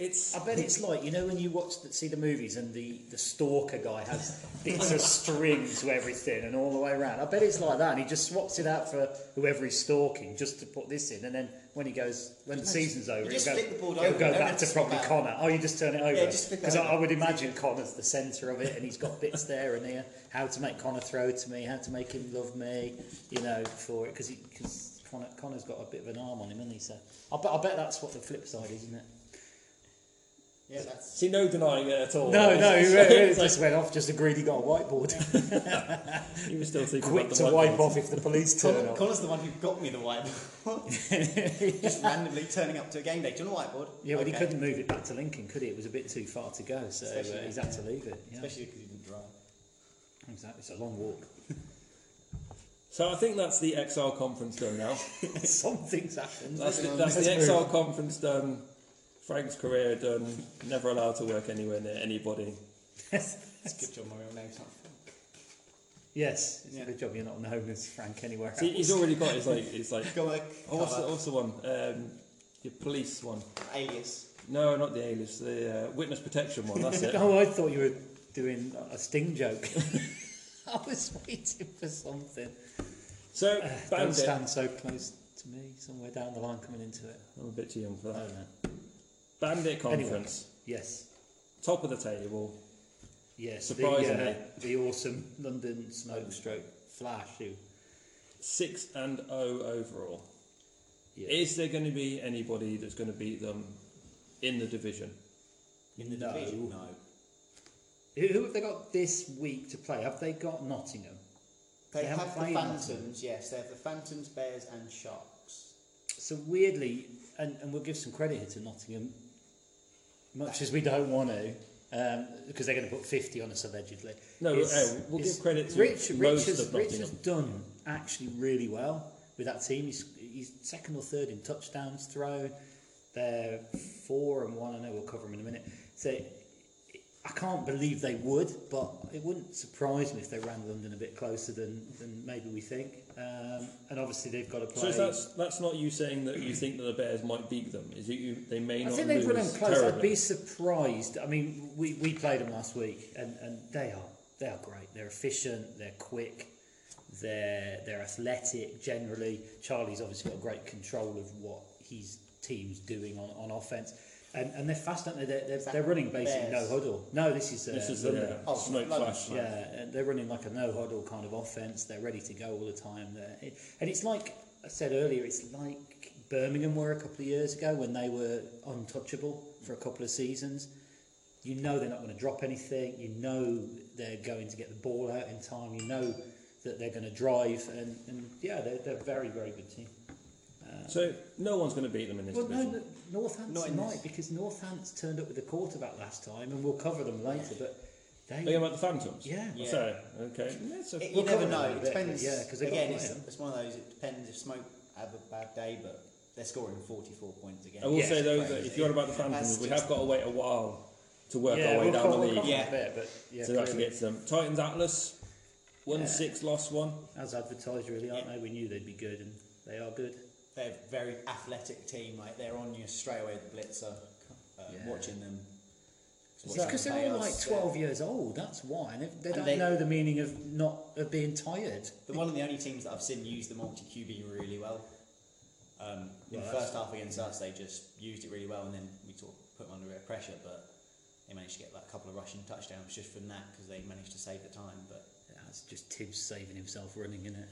Speaker 2: it's
Speaker 3: I bet it's like you know when you watch the, see the movies and the, the stalker guy has bits of string to everything and all the way around. I bet it's like that, and he just swaps it out for whoever he's stalking just to put this in, and then when he goes when the season's over,
Speaker 4: just
Speaker 3: he'll go,
Speaker 4: flip the board
Speaker 3: he'll
Speaker 4: over,
Speaker 3: go
Speaker 4: don't
Speaker 3: back
Speaker 4: have
Speaker 3: to
Speaker 4: to
Speaker 3: probably
Speaker 4: swap out.
Speaker 3: Connor. Oh, you just turn it over
Speaker 4: just flip it
Speaker 3: because I,
Speaker 4: over.
Speaker 3: I would imagine Connor's the centre of it, and he's got bits there and here. How to make Connor throw to me? How to make him love me? You know, for it because because Connor, Connor's got a bit of an arm on him, isn't he? So I bet I bet that's what the flip side is, isn't it?
Speaker 4: yeah, that's
Speaker 2: see no denying it at all.
Speaker 3: No,
Speaker 2: It's-
Speaker 3: no, he
Speaker 2: it's-
Speaker 3: really
Speaker 2: it's like,
Speaker 3: just went off, just agreed he got a whiteboard.
Speaker 2: he was still thinking
Speaker 3: Quick
Speaker 2: about
Speaker 3: to
Speaker 2: the
Speaker 3: wipe
Speaker 2: whiteboard.
Speaker 3: off if the police turn
Speaker 4: Connor,
Speaker 3: up.
Speaker 4: Connor's the one who got me the whiteboard. Just randomly turning up to a game day. Do you want a whiteboard?
Speaker 3: Yeah, but he
Speaker 4: Okay.
Speaker 3: couldn't move it back to Lincoln, could he? It was a bit too far to go, so uh,
Speaker 4: Especially,
Speaker 3: he's had to leave it. Yeah.
Speaker 4: Especially because he didn't drive.
Speaker 3: Exactly, it's a long walk.
Speaker 2: So I think that's the XR conference done now.
Speaker 3: Something's happened.
Speaker 2: That's the, that's the
Speaker 3: Let's move.
Speaker 2: XR conference done. Frank's career done. Never allowed to work anywhere near anybody.
Speaker 4: It's a good job my real name's not.
Speaker 3: yes, it's
Speaker 4: Yeah.
Speaker 3: a good job you're not known as Frank anywhere else.
Speaker 2: See, he's already got his like. It's like.
Speaker 4: Go on,
Speaker 2: Oh, what's the,
Speaker 4: cover.
Speaker 2: what's the one? Um, your police one.
Speaker 4: alias.
Speaker 2: No, not the alias. The uh, witness protection one. That's it.
Speaker 3: oh, I thought you were doing a sting joke. I was waiting for something.
Speaker 2: So
Speaker 3: Uh, don't
Speaker 2: bandit.
Speaker 3: stand so close to me, somewhere down the line coming into it.
Speaker 2: I'm a bit too young for
Speaker 3: Oh,
Speaker 2: that.
Speaker 3: no.
Speaker 2: Bandit
Speaker 3: Anyway.
Speaker 2: conference.
Speaker 3: Yes.
Speaker 2: Top of the table.
Speaker 3: Yes,
Speaker 2: Surprisingly.
Speaker 3: the, uh, the awesome London smoke stroke flash. Who,
Speaker 2: Six and O overall.
Speaker 3: yeah.
Speaker 2: Is there going to be anybody that's going to beat them in the division?
Speaker 4: In the
Speaker 3: No.
Speaker 4: division? No.
Speaker 3: who, who have they got this week to play? Have they got Nottingham?
Speaker 4: They,
Speaker 3: They haven't
Speaker 4: have
Speaker 3: played
Speaker 4: the
Speaker 3: nothing.
Speaker 4: Phantoms, yes. They have the Phantoms, Bears, and Sharks.
Speaker 3: So weirdly, and, and we'll give some credit here to Nottingham, much as we don't want to, um, because they're going to put 50 on us allegedly.
Speaker 2: No,
Speaker 3: It's-
Speaker 2: hey, we'll
Speaker 3: it's-
Speaker 2: give credit to
Speaker 3: Rich,
Speaker 2: most
Speaker 3: Rich has,
Speaker 2: of
Speaker 3: Rich
Speaker 2: Nottingham.
Speaker 3: has done actually really well with that team. He's, he's second or third in touchdowns thrown. They're four and one. I know we'll cover them in a minute. So I can't believe they would, but it wouldn't surprise me if they ran London a bit closer than, than maybe we think. Um, and obviously they've got to play.
Speaker 2: So is that's that's not you saying that you think that the Bears might beat them. Is it you? They may
Speaker 3: I
Speaker 2: not.
Speaker 3: think they've run them
Speaker 2: lose
Speaker 3: close. I'd
Speaker 2: terribly.
Speaker 3: be surprised. I mean, we, we played them last week, and, and they are they are great. They're efficient. They're quick. They're they're athletic. Generally, Charlie's obviously got great control of what his team's doing on, on offense, and and they're fast, aren't they? They're, they're,
Speaker 4: that
Speaker 3: they're running basically no
Speaker 4: Bears?
Speaker 3: huddle. No, this is uh,
Speaker 2: This is
Speaker 3: London.
Speaker 2: the uh,
Speaker 4: Oh,
Speaker 2: smoke
Speaker 4: London.
Speaker 2: flash.
Speaker 3: Yeah, and they're running like a no huddle kind of offense. They're ready to go all the time. They're, and it's like I said earlier, it's like Birmingham were a couple of years ago when they were untouchable for a couple of seasons. You know they're not going to drop anything. You know they're going to get the ball out in time. You know that they're going to drive. And, and yeah, they're, they're a very, very good team.
Speaker 2: So no one's going to beat them in this
Speaker 3: Well, no,
Speaker 2: division.
Speaker 3: no,
Speaker 4: Not
Speaker 3: Northants
Speaker 4: in
Speaker 3: might
Speaker 4: this.
Speaker 3: because Northants turned up with a quarterback last time, and we'll cover them later. But they,
Speaker 2: Are you about the Phantoms?
Speaker 3: yeah,
Speaker 4: Yeah.
Speaker 2: So okay. That's a-
Speaker 4: It, you
Speaker 3: We'll
Speaker 4: never
Speaker 3: cover
Speaker 4: know.
Speaker 3: them in a
Speaker 4: It
Speaker 3: bit, but
Speaker 4: depends.
Speaker 3: yeah, 'cause they've got
Speaker 4: again,
Speaker 3: to
Speaker 4: it's,
Speaker 3: play them.
Speaker 4: it's one of those. It depends if Smoke have a bad day, but they're scoring 44 points again.
Speaker 2: I will
Speaker 3: Yeah.
Speaker 2: say though that if you're on about the Phantoms,
Speaker 4: That's
Speaker 2: we
Speaker 4: just-
Speaker 2: have got to wait a while to work our way
Speaker 3: we'll
Speaker 2: down
Speaker 3: come-
Speaker 2: the
Speaker 3: we'll
Speaker 2: league
Speaker 3: come
Speaker 4: Yeah.
Speaker 3: on a bit, but yeah,
Speaker 2: to actually
Speaker 3: clearly.
Speaker 2: get to them. Titans Atlas Won
Speaker 3: Yeah.
Speaker 2: six, lost one.
Speaker 3: As advertised, really, aren't they? We knew they'd be good, and they are good.
Speaker 4: They're a very athletic team. Like they're on you straight away. The blitzer, uh,
Speaker 3: Yeah.
Speaker 4: watching them.
Speaker 3: It's
Speaker 4: watching
Speaker 3: because
Speaker 4: the
Speaker 3: they're all
Speaker 4: playoffs,
Speaker 3: like
Speaker 4: yeah.
Speaker 3: 12 years old, that's why. And if- they
Speaker 4: And
Speaker 3: don't
Speaker 4: they-
Speaker 3: know the meaning of not of being tired.
Speaker 4: They're one of the only teams that I've seen use the multi QB really well. Um, in
Speaker 3: Well,
Speaker 4: the
Speaker 3: that's-
Speaker 4: first half against us, they just used it really well, and then we sort of put them under a bit of pressure. But they managed to get like a couple of rushing touchdowns just from that because they managed to save the time. But
Speaker 3: That's just Tibbs saving himself running, in it?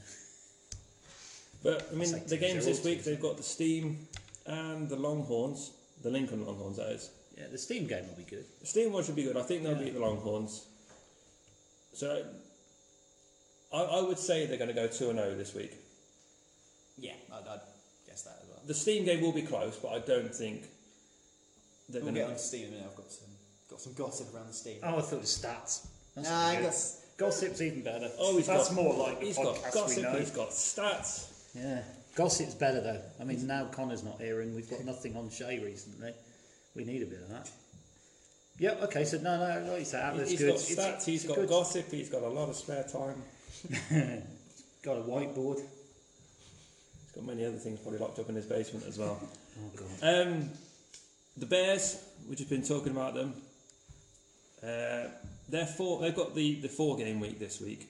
Speaker 2: But I mean,
Speaker 3: like
Speaker 2: the
Speaker 3: teams
Speaker 2: games
Speaker 3: are all
Speaker 2: this week
Speaker 3: teams,
Speaker 2: they've got the Steam and the Longhorns, the Lincoln Longhorns. That is.
Speaker 3: Yeah, the Steam game will be good.
Speaker 2: The Steam one should be good. I think they'll
Speaker 3: Yeah.
Speaker 2: beat the Longhorns. So, I, I would say they're going to go two and zero this week.
Speaker 4: yeah, I'd, I'd guess that as well.
Speaker 2: The Steam game will be close, but I don't think they're
Speaker 4: We'll
Speaker 2: going
Speaker 4: get on
Speaker 2: to.
Speaker 4: to Steam in a minute. I've got some got some gossip around the Steam.
Speaker 3: Oh, I thought it was stats. That's
Speaker 5: Nah, I
Speaker 3: good.
Speaker 5: guess
Speaker 3: Gossip's even better.
Speaker 2: Oh, he's
Speaker 3: That's
Speaker 2: got,
Speaker 3: more like the
Speaker 2: he's
Speaker 3: podcast
Speaker 2: got
Speaker 3: we
Speaker 2: gossip.
Speaker 3: know.
Speaker 2: He's got stats.
Speaker 3: Yeah, gossip's better though. I mean, now Connor's not here and we've got nothing on Shay recently. We need a bit of that. Yep. Okay. So no, no, like you say, Atlas
Speaker 2: he's
Speaker 3: good.
Speaker 2: got stats.
Speaker 3: It's-
Speaker 2: he's
Speaker 3: it's a
Speaker 2: got
Speaker 3: good-
Speaker 2: gossip. He's got a lot of spare time.
Speaker 3: Got a whiteboard.
Speaker 2: He's got many other things probably locked up in his basement as well.
Speaker 3: Oh god.
Speaker 2: Um, the Bears, we've just been talking about them. Uh, they're four. They've got the, the four game week this week.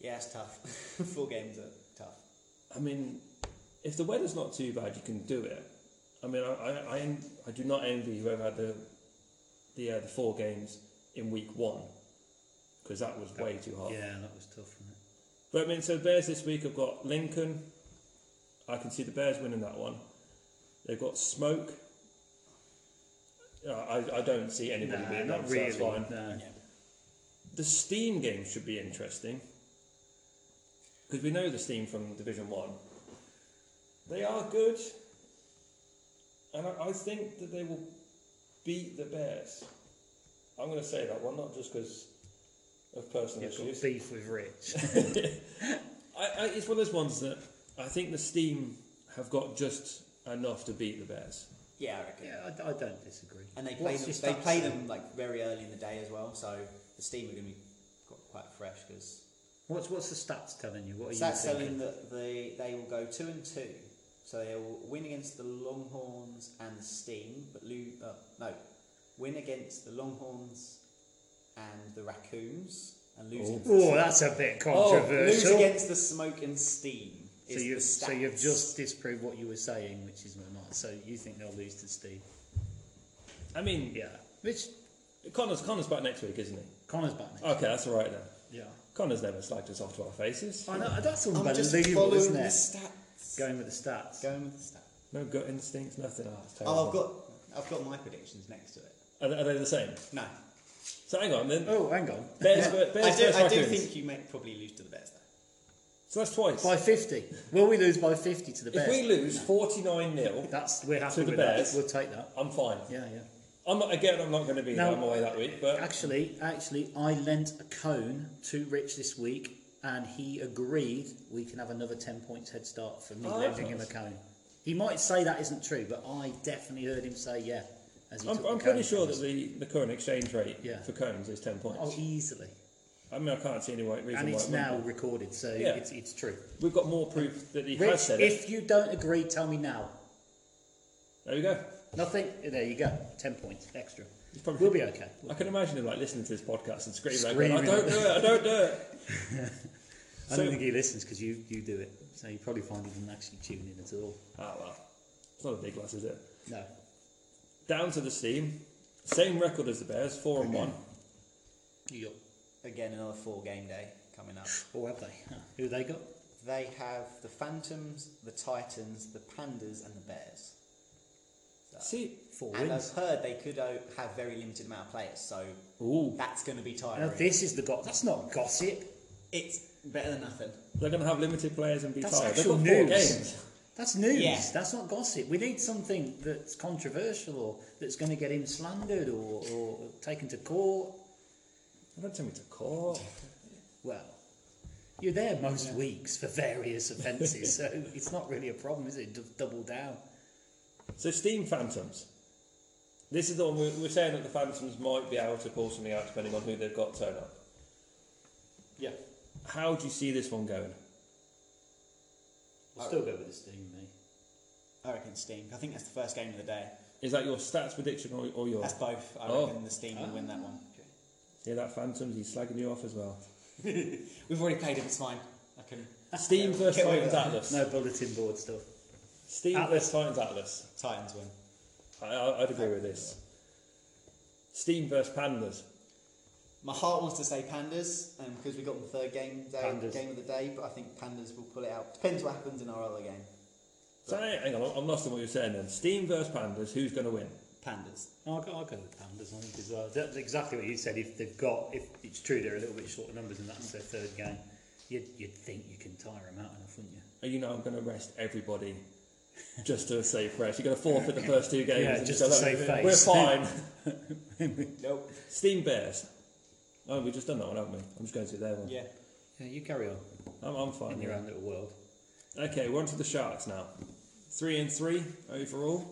Speaker 4: Yeah, it's tough. Four games are tough.
Speaker 2: I mean, if the weather's not too bad, you can do it. I mean, I I, I, en- I do not envy whoever had the the uh, the four games in week one because that was way too hot.
Speaker 3: Yeah, that was tough. Wasn't it?
Speaker 2: But I mean, so Bears this week have got Lincoln. I can see the Bears winning that one. They've got Smoke. Uh, I, I don't see anybody
Speaker 3: Nah,
Speaker 2: being
Speaker 3: not
Speaker 2: so that's
Speaker 3: really.
Speaker 2: fine.
Speaker 3: No.
Speaker 4: Yeah.
Speaker 2: The Steam game should be interesting because we know the Steam from Division One. They are good, and I, I think that they will beat the Bears. I'm going to say that one not just because of personal
Speaker 3: You've got
Speaker 2: issues.
Speaker 3: beef with Rich.
Speaker 2: I, I, it's one of those ones that I think the Steam have got just enough to beat the Bears.
Speaker 4: Yeah, I reckon.
Speaker 3: yeah, I, I don't disagree.
Speaker 4: And they
Speaker 3: What's
Speaker 4: play them,
Speaker 3: your
Speaker 4: they
Speaker 3: stats
Speaker 4: play
Speaker 3: then?
Speaker 4: them like very early in the day as well. So the Steam are going to be qu- quite fresh because
Speaker 3: What's what's the stats telling you? What are you
Speaker 4: That's
Speaker 3: thinking?
Speaker 4: telling that they they will go two and two, so they will win against the Longhorns and the Steam, but lose. Uh, no, win against the Longhorns and the Raccoons, and lose. against the
Speaker 3: Oh,
Speaker 4: Smoke-
Speaker 3: that's a bit
Speaker 4: lose
Speaker 3: controversial.
Speaker 4: against the Smoke and Steam.
Speaker 3: so
Speaker 4: is
Speaker 3: you've
Speaker 4: the
Speaker 3: so you've
Speaker 4: stats.
Speaker 3: just disproved what you were saying, which is not. nice. So you think they'll lose to Steve?
Speaker 2: I mean,
Speaker 3: Yeah. Which
Speaker 2: Connor's Connor's back next week, isn't he?
Speaker 3: Connor's back
Speaker 4: Oh.
Speaker 3: next.
Speaker 2: Okay, that's all right then.
Speaker 3: Yeah.
Speaker 2: Connor's never slagged us off to our faces.
Speaker 3: I know that's
Speaker 4: I'm just
Speaker 3: unbelievable,
Speaker 4: following
Speaker 3: isn't
Speaker 4: the
Speaker 3: it?
Speaker 4: stats.
Speaker 3: Going with the stats.
Speaker 4: Going with the stats.
Speaker 2: No gut instincts, nothing. Oh, it's
Speaker 4: Oh,
Speaker 2: terrible.
Speaker 4: I've got I've got my predictions next to it.
Speaker 2: Are, they- are they the same?
Speaker 4: No,
Speaker 2: So hang on then.
Speaker 3: Oh, hang on.
Speaker 2: Bears,
Speaker 4: No,
Speaker 2: ver- Bears
Speaker 4: I do
Speaker 2: versus
Speaker 4: I do
Speaker 2: Raccoons.
Speaker 4: think you may probably lose to the Bears though.
Speaker 2: so that's twice.
Speaker 3: By fifty. Will we lose by fifty to the
Speaker 2: if
Speaker 3: Bears?
Speaker 2: we lose 49 0,
Speaker 3: that's we're happy
Speaker 2: to the
Speaker 3: with
Speaker 2: Bears.
Speaker 3: that. We'll take that.
Speaker 2: I'm fine.
Speaker 3: Yeah, yeah.
Speaker 2: I'm not, again, I'm not going to be
Speaker 3: No.
Speaker 2: I'm away that week, but
Speaker 3: Actually, actually, I lent a cone to Rich this week, and he agreed we can have another ten points head start for me
Speaker 2: Oh, that's
Speaker 3: lending him a
Speaker 2: nice.
Speaker 3: cone. He might say that isn't true, but I definitely heard him say yeah. As he
Speaker 2: I'm,
Speaker 3: took the
Speaker 2: I'm pretty
Speaker 3: cone
Speaker 2: sure
Speaker 3: from
Speaker 2: that
Speaker 3: us.
Speaker 2: the, the current exchange rate
Speaker 3: Yeah.
Speaker 2: for cones is 10 points.
Speaker 3: oh easily,
Speaker 2: I mean, I can't see any why- reason
Speaker 3: and
Speaker 2: why.
Speaker 3: it's
Speaker 2: it wouldn't
Speaker 3: now
Speaker 2: be.
Speaker 3: recorded, so
Speaker 2: Yeah.
Speaker 3: it's it's true.
Speaker 2: We've got more proof that he has
Speaker 3: Rich,
Speaker 2: said it.
Speaker 3: if you don't agree, tell me now.
Speaker 2: There you go.
Speaker 3: Nothing. There you go. Ten points extra.
Speaker 2: He's probably-
Speaker 3: We'll be okay.
Speaker 2: I can imagine him like listening to this podcast and screaming,
Speaker 3: Screaming.
Speaker 2: I don't do it, I don't do it.
Speaker 3: I
Speaker 2: So-
Speaker 3: don't think he listens because you, you do it. So you probably find he doesn't actually tune in at all.
Speaker 2: Ah, well. It's not a big loss, is it?
Speaker 3: No.
Speaker 2: Down to the steam. Same record as the Bears, 4 and 1.
Speaker 3: You
Speaker 4: Again, another four game day coming up.
Speaker 3: Or have they? Huh. Who have they got?
Speaker 4: They have the Phantoms, the Titans, the Pandas, and the Bears. So-
Speaker 2: See,
Speaker 3: Four
Speaker 4: and
Speaker 3: wins.
Speaker 4: I've heard they could o- have very limited amount of players, so
Speaker 2: ooh,
Speaker 4: that's going to be
Speaker 3: Now
Speaker 4: tiring.
Speaker 3: this is the go- That's not gossip.
Speaker 4: It's better than nothing.
Speaker 2: they're going to have limited players and be
Speaker 3: That's
Speaker 2: tired. They've
Speaker 3: actual
Speaker 2: got four
Speaker 3: news.
Speaker 2: games.
Speaker 3: That's news.
Speaker 4: Yeah.
Speaker 3: That's not gossip. We need something that's controversial or that's going to get him slandered or, or taken to court.
Speaker 2: Don't tell me to call.
Speaker 3: Well, you're there most weeks for various offences, so it's not really a problem, is it? D- double down.
Speaker 2: So Steam Phantoms. This is the one we we we're saying that the Phantoms might be able to pull something out depending on who they've got turn up.
Speaker 4: Yeah.
Speaker 2: How do you see this one going?
Speaker 3: I'll still go with the Steam, me.
Speaker 4: I reckon Steam. I think that's the first game of the day.
Speaker 2: Is that your stats prediction or, or yours?
Speaker 4: That's both. I
Speaker 2: Oh. Ah.
Speaker 4: reckon the Steam will win that one.
Speaker 2: Hear that, Phantoms? He's slagging you off as well.
Speaker 4: We've already played it. It's fine. I can
Speaker 2: Steam versus
Speaker 4: Get away
Speaker 2: Titans
Speaker 4: with that.
Speaker 2: Atlas.
Speaker 3: No bulletin board stuff.
Speaker 2: Steam versus
Speaker 3: Atlas.
Speaker 2: Titans Atlas.
Speaker 4: Titans win.
Speaker 2: I, I, I'd agree with this. Steam versus Pandas.
Speaker 5: My heart wants to say pandas um, because we got the third game day,
Speaker 3: Pandas.
Speaker 5: game of the day, but I think pandas will pull it out. Depends what happens in our other game.
Speaker 2: So, hang hang on, I'm lost in what you're saying then. Steam versus Pandas, who's going to win?
Speaker 4: Pandas.
Speaker 3: I'll go, I'll go with Pandas, I think, as well. That's exactly what you said. If they've got, if it's true, they're a little bit short of numbers and that's their third game, you'd, you'd think you can tire them out enough, wouldn't you?
Speaker 2: And Oh, you know I'm going to rest everybody just to save face. You're going to forfeit the first two games.
Speaker 3: Yeah,
Speaker 2: and
Speaker 3: just
Speaker 2: go,
Speaker 3: to
Speaker 2: "Look,
Speaker 3: save
Speaker 2: We're
Speaker 3: face."
Speaker 2: fine.
Speaker 5: Nope.
Speaker 2: Steam Bears. Oh, we've just done that one, haven't we? I'm just going to their one.
Speaker 4: Yeah.
Speaker 3: Yeah, you carry on
Speaker 2: I'm, I'm fine.
Speaker 3: in your
Speaker 2: yeah.
Speaker 3: own little world.
Speaker 2: Okay, we're on to the Sharks now. Three and three overall.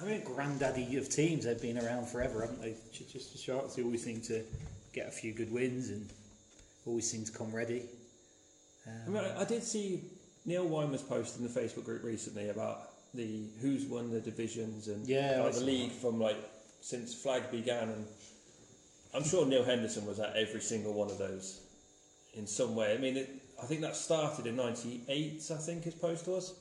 Speaker 3: I mean, granddaddy of teams, they've been around forever, haven't they? Chichester Sharks, they always seem to get a few good wins and always seem to come ready.
Speaker 2: I mean, I, I did see Neil Weimer's post in the Facebook group recently about the who's won the divisions and
Speaker 3: Yeah, I
Speaker 2: like the
Speaker 3: saw
Speaker 2: league from like since flag began, and I'm sure Neil Henderson was at every single one of those in some way. I mean, it, I think that started in '98. I think his post was.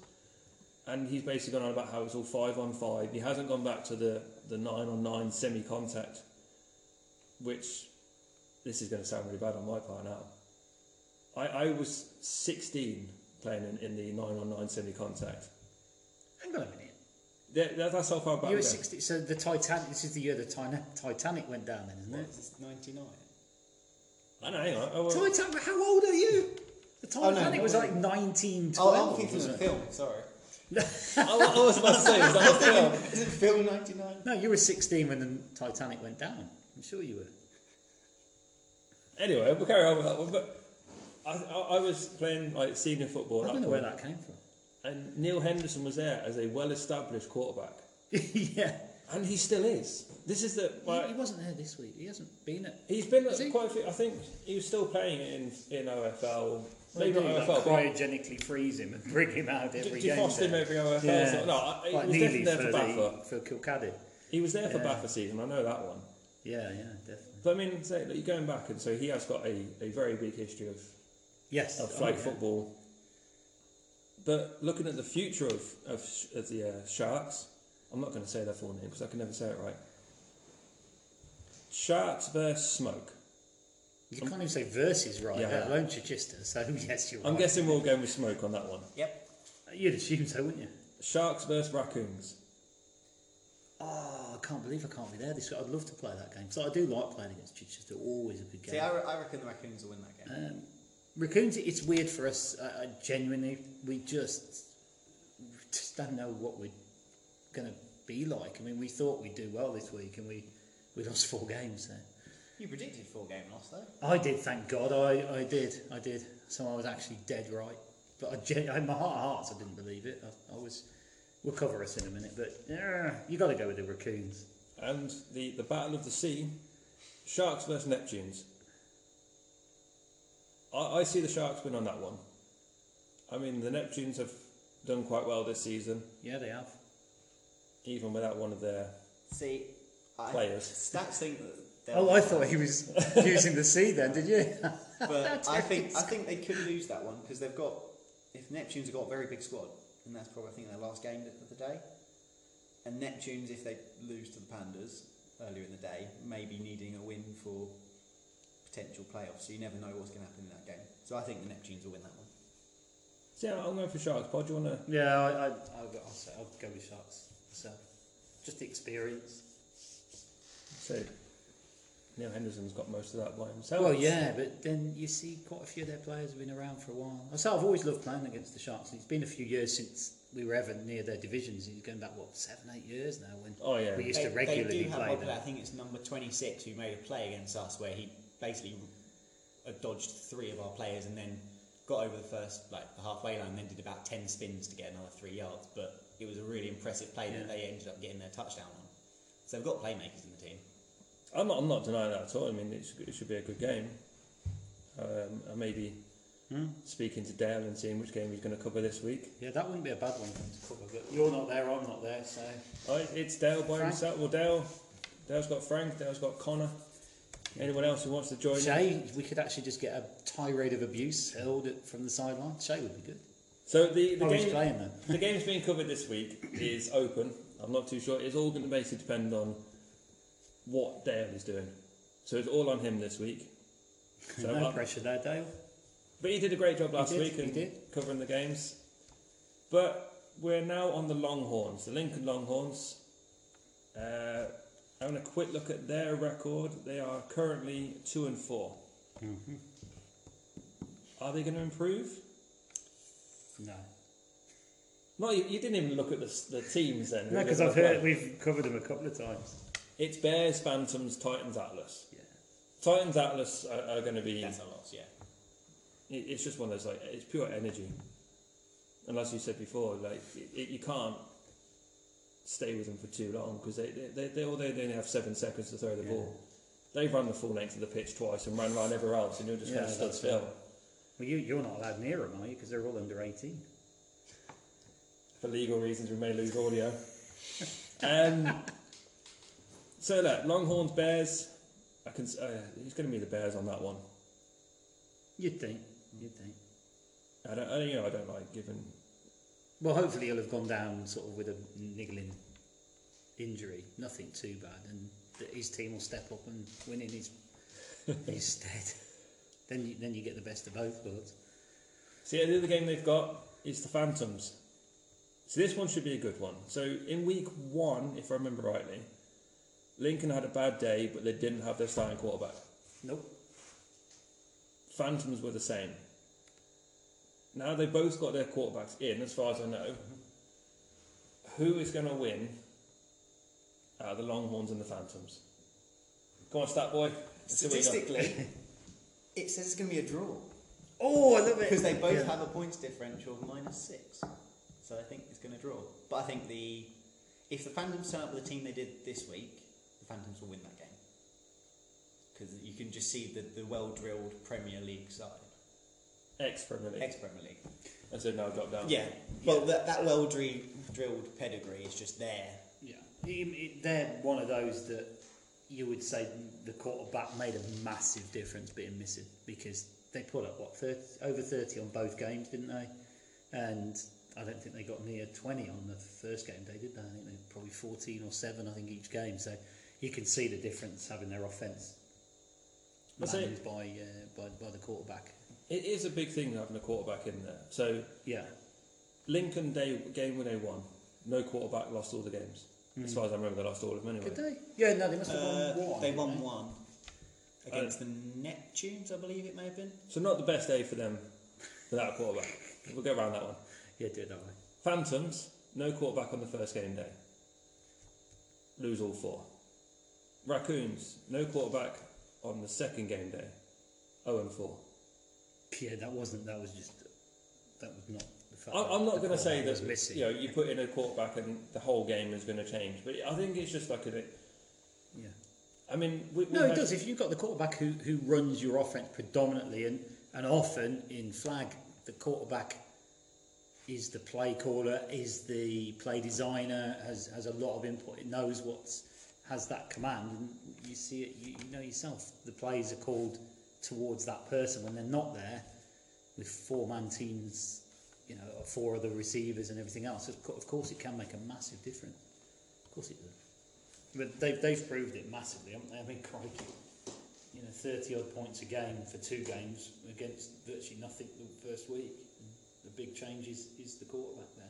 Speaker 2: And he's basically gone on about how it's all five on five. He hasn't gone back to the, the nine on nine semi contact, which this is going to sound really bad on my part now. I, I was 16 playing in, in the 9 on 9 semi contact.
Speaker 3: Hang on a minute.
Speaker 2: That, that, that's how far back
Speaker 3: You
Speaker 2: we
Speaker 3: were
Speaker 2: go.
Speaker 3: 60, so the Titanic, this is the year the Tina- Titanic went down then, isn't
Speaker 4: What
Speaker 3: it?
Speaker 4: is this? 99?
Speaker 2: I know, hang on. Oh, I, was-
Speaker 3: Titanic, how old are you? The
Speaker 5: Oh, no,
Speaker 3: Titanic was
Speaker 5: no.
Speaker 3: like 1912.
Speaker 5: Oh, I'm thinking of the
Speaker 3: wasn't it?
Speaker 5: film. Sorry.
Speaker 2: I, I was about to say, is that a film?
Speaker 5: Is it film 99?
Speaker 3: No, you were 16 when the Titanic went down. I'm sure you were.
Speaker 2: Anyway, we'll carry on with that one. But I, I, I was playing like senior football
Speaker 3: I
Speaker 2: at
Speaker 3: don't
Speaker 2: that
Speaker 3: know where
Speaker 2: point,
Speaker 3: that came from.
Speaker 2: and Neil Henderson was there as a well established quarterback.
Speaker 3: yeah.
Speaker 2: And he still is. This is the.
Speaker 3: He,
Speaker 2: Like,
Speaker 3: he wasn't there this week. He hasn't been at.
Speaker 2: he's been at
Speaker 3: Is he?
Speaker 2: quite a few. I think he was still playing in, in OFL. Maybe
Speaker 3: They do,
Speaker 2: not OFL,
Speaker 3: like,
Speaker 2: but
Speaker 3: cryogenically freeze him and bring him out every
Speaker 2: De-
Speaker 3: game.
Speaker 2: defrost him
Speaker 3: day.
Speaker 2: every OFL. So, no, I, he
Speaker 3: like
Speaker 2: was
Speaker 3: Neely
Speaker 2: definitely there
Speaker 3: for,
Speaker 2: for Baffer.
Speaker 3: the, for Kilcaddy.
Speaker 2: He was there for
Speaker 3: Yeah.
Speaker 2: Baffer season, I know that one.
Speaker 3: Yeah, yeah, definitely.
Speaker 2: But I mean, say, like, you're going back, and so he has got a, a very big history of,
Speaker 3: Yes.
Speaker 2: of
Speaker 3: oh,
Speaker 2: flag
Speaker 3: yeah.
Speaker 2: football. But looking at the future of, of, sh- of the uh, Sharks, I'm not going to say their full name because I can never say it right. Sharks versus Smoke.
Speaker 3: You can't even say verses right,
Speaker 2: Yeah.
Speaker 3: let alone Chichester. So, yes, you're right.
Speaker 2: I'm guessing we'll go with Smoke on that one.
Speaker 5: Yep.
Speaker 3: You'd assume so, wouldn't you?
Speaker 2: Sharks versus Raccoons.
Speaker 3: Oh, I can't believe I can't be there this week. I'd love to play that game. So I do like playing against Chichester. Always a good game.
Speaker 5: See, I, re- I reckon the raccoons will win that game.
Speaker 3: Um, Raccoons, it's weird for us. I, I genuinely, we just, we just don't know what we're going to be like. I mean, we thought we'd do well this week, and we, we lost four games. So.
Speaker 5: You predicted four game loss though.
Speaker 3: I did, thank God. I, I did, I did. So I was actually dead right. But I gen- in my heart of hearts, I didn't believe it. I, I was. We'll cover us in a minute, but uh, you got to go with the Raccoons.
Speaker 2: And the, the Battle of the Sea, Sharks versus Neptunes. I, I see the Sharks win on that one. I mean, the Neptunes have done quite well this season,
Speaker 3: Yeah, they have.
Speaker 2: even without one of their.
Speaker 5: See, I,
Speaker 2: Players.
Speaker 5: Stats think that they'll
Speaker 3: Oh,
Speaker 5: win
Speaker 3: I thought he was using the sea then, did you?
Speaker 5: that, but I think I think they could lose that one because they've got if Neptune's got a very big squad and that's probably I think their last game of the day. And Neptune's if they lose to the Pandas earlier in the day, maybe needing a win for potential playoffs. So you never know what's going to happen in that game. So I think the Neptunes will win that one.
Speaker 2: So yeah, I'm going for Sharks. Pod, do you want to?
Speaker 3: Yeah, I, I, I'll, go, I'll, say, I'll go with sharks myself. Just the experience.
Speaker 2: So Neil Henderson's got most of that by himself.
Speaker 3: Well, yeah, but then you see quite a few of their players have been around for a while. I say I've always loved playing against the Sharks, and it's been a few years since we were ever near their divisions. It's going back what seven, eight years now when
Speaker 2: Oh yeah.
Speaker 3: we used
Speaker 4: They,
Speaker 3: to
Speaker 4: they
Speaker 3: regularly
Speaker 4: do have
Speaker 3: play
Speaker 4: one
Speaker 3: them.
Speaker 4: player, I think it's number 26 who made a play against us where he basically uh, dodged three of our players and then got over the first, like the halfway line, and then did about 10 spins to get another three yards. But it was a really impressive play
Speaker 3: Yeah.
Speaker 4: that they ended up getting their touchdown on. So they've got playmakers in the team.
Speaker 2: I'm not. I'm not denying that at all. I mean, it should, it should be a good game. Um, I may be
Speaker 4: Hmm?
Speaker 2: speaking to Dale and seeing which game he's going to cover this week.
Speaker 3: Yeah, that wouldn't be a bad one to cover, but you're not there, I'm not there, so
Speaker 2: Oh, it- it's Dale by
Speaker 3: Frank?
Speaker 2: himself. Well, Dale, Dale's got Frank. Dale's got Connor. Anyone else who wants to join? in?
Speaker 3: Shay, we could actually just get a tirade of abuse hurled at, from the sideline. Shay would be good.
Speaker 2: So the, the
Speaker 3: oh, he's
Speaker 2: game
Speaker 3: playing then.
Speaker 2: the game's being covered this week is open. I'm not too sure. It's all going to basically depend on what Dale is doing. So it's all on him this week. So
Speaker 3: no
Speaker 2: I-
Speaker 3: pressure there, Dale.
Speaker 2: but he did a great job last
Speaker 3: did,
Speaker 2: week
Speaker 3: he
Speaker 2: and
Speaker 3: did.
Speaker 2: covering the games. But we're now on the Longhorns, the Lincoln Longhorns. Uh, having a quick look at their record, they are currently two and 4
Speaker 3: Mm-hmm.
Speaker 2: Are they going to improve?
Speaker 3: No.
Speaker 2: No, you, you didn't even look at the, s- the teams then. who
Speaker 3: No,
Speaker 2: they're
Speaker 3: because
Speaker 2: gonna
Speaker 3: I've
Speaker 2: play.
Speaker 3: heard we've covered him a couple of times.
Speaker 2: It's Bears, Phantoms, Titans, Atlas.
Speaker 3: Yeah.
Speaker 2: Titans, Atlas are, are going to be.
Speaker 4: That's a loss, yeah.
Speaker 2: it- it's just one of those like it's pure energy. And as you said before, like it, it, you can't stay with them for too long because they they, they, they although they only have seven seconds to throw the
Speaker 3: Yeah.
Speaker 2: ball, they run the full length of the pitch twice and ran round everywhere else, and you're just
Speaker 3: Yeah,
Speaker 2: kind of stood
Speaker 3: that's
Speaker 2: still.
Speaker 3: Well, you, you're not allowed near him, are you? Because they're all under 18.
Speaker 2: For legal reasons, we may lose audio. um, so look, Longhorns, Bears. I can. s- Uh, it's going to be the Bears on that one.
Speaker 3: You'd think. You'd think.
Speaker 2: I don't. I, don't- you know, I don't like giving
Speaker 3: Well, hopefully he'll have gone down sort of with a niggling injury, nothing too bad, and that his team will step up and win in his, his stead. Then you, then you get the best of both worlds.
Speaker 2: See, the other game they've got is the Phantoms. So this one should be a good one. So in week one, if I remember rightly, Lincoln had a bad day, but they didn't have their starting quarterback.
Speaker 3: Nope.
Speaker 2: Phantoms were the same. Now they both got their quarterbacks in, as far as I know. Who is going to win out of the Longhorns and the Phantoms? Come on, stat boy. Let's see what you got.
Speaker 5: Statistically, it says it's going to be a draw
Speaker 3: Oh, I love it!
Speaker 5: because they both
Speaker 3: Yeah.
Speaker 5: have a points differential of minus six. So I think it's going to draw. But I think the if the Phantoms turn up with the team they did this week, the Phantoms will win that game because you can just see the, the well drilled Premier League side,
Speaker 2: X Premier League.
Speaker 5: ex Premier League.
Speaker 2: I said no, drop down.
Speaker 5: Yeah, well that that well dre- drilled pedigree is just there.
Speaker 3: Yeah, It- it- they're one of those that you would say the quarterback made a massive difference being missing because they put up what 30, over thirty on both games, didn't they? And I don't think they got near twenty on the first game day, did they? I think they were probably fourteen or seven, I think each game. So you can see the difference having their offense
Speaker 2: That's it.
Speaker 3: managed by, uh, by by the quarterback.
Speaker 2: It is a big thing having a quarterback in there. So
Speaker 3: Yeah,
Speaker 2: Lincoln day game when they won, no quarterback lost all the games.
Speaker 3: Hmm.
Speaker 2: As far as I remember, they lost all of them anyway.
Speaker 3: did they? Yeah, no, they must have
Speaker 5: Uh,
Speaker 3: won one.
Speaker 5: they
Speaker 3: didn't
Speaker 5: won
Speaker 3: they?
Speaker 5: one against the Neptunes, I believe it may have been.
Speaker 2: So not the best day for them without a quarterback. We'll go around that one.
Speaker 3: Yeah, did that way.
Speaker 2: Phantoms, no quarterback on the first game day. Lose all four. Raccoons, no quarterback on the second game day. 0 and 4.
Speaker 3: Yeah, that wasn't. That was just. That was not. The fact
Speaker 2: I'm,
Speaker 3: that
Speaker 2: I'm not
Speaker 3: the
Speaker 2: going to say
Speaker 3: quarterback was
Speaker 2: that
Speaker 3: missing.
Speaker 2: you know you put in a quarterback and the whole game is going to change, but I think it's just like a.
Speaker 3: Yeah.
Speaker 2: I mean, we, we
Speaker 3: No, it
Speaker 2: had-
Speaker 3: does. If you've got the quarterback who, who runs your offense predominantly, and, and often in flag, the quarterback is the play caller, is the play designer, has, has a lot of input. It knows what's has that command, and you see it. You, you know yourself. The plays are called towards that person when they're not there. With four man teams, you know, four other receivers and everything else. Of co- of course, it can make a massive difference. Of course, it does. But they've, they've proved it massively, haven't they? I mean, crikey. You know, 30 odd points a game for two games against virtually nothing the first week. The big change is, is the quarterback there.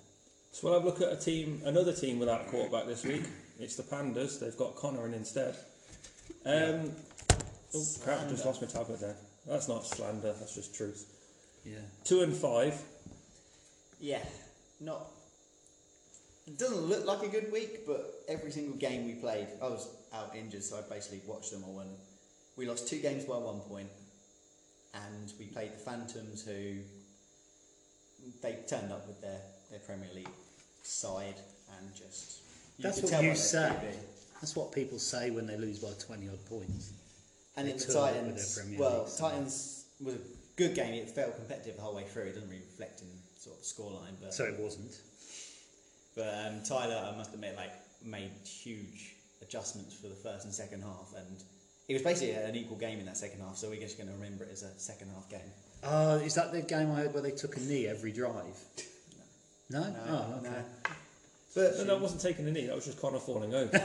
Speaker 2: So we'll have a look at a team, another team without a quarterback this week. It's the Pandas. They've got Connor in instead. Um, oh crap! I just
Speaker 4: Slander.
Speaker 2: lost my tablet there. That's not slander. That's just truth.
Speaker 3: Yeah.
Speaker 2: Two and five.
Speaker 5: Yeah, not. It doesn't look like a good week, but every single game we played, I was out injured, so I basically watched them all. And we lost two games by one point, and we played the Phantoms, who they turned up with their, their Premier League side and just.
Speaker 3: That's
Speaker 5: could
Speaker 3: what
Speaker 5: tell
Speaker 3: you
Speaker 5: by their
Speaker 3: say.
Speaker 5: TV.
Speaker 3: That's what people say when they lose by 20 odd points.
Speaker 5: And
Speaker 3: They
Speaker 5: in the
Speaker 3: turn up with
Speaker 5: Titans,
Speaker 3: their Premier
Speaker 5: well,
Speaker 3: League side.
Speaker 5: Titans
Speaker 4: was a good game. It felt competitive the whole way through. It doesn't really reflect in sort of the scoreline, but
Speaker 3: So it wasn't.
Speaker 4: but um, Tyler, I must admit, like made huge adjustments for the first and second half, and it was basically an equal game in that second half. So we're just going to remember it as a second half game.
Speaker 3: Oh, is that the game I heard where they took a knee every drive? No. No? oh, okay.
Speaker 4: no.
Speaker 2: No,
Speaker 4: But
Speaker 2: that wasn't taking a knee. That was just Connor falling over.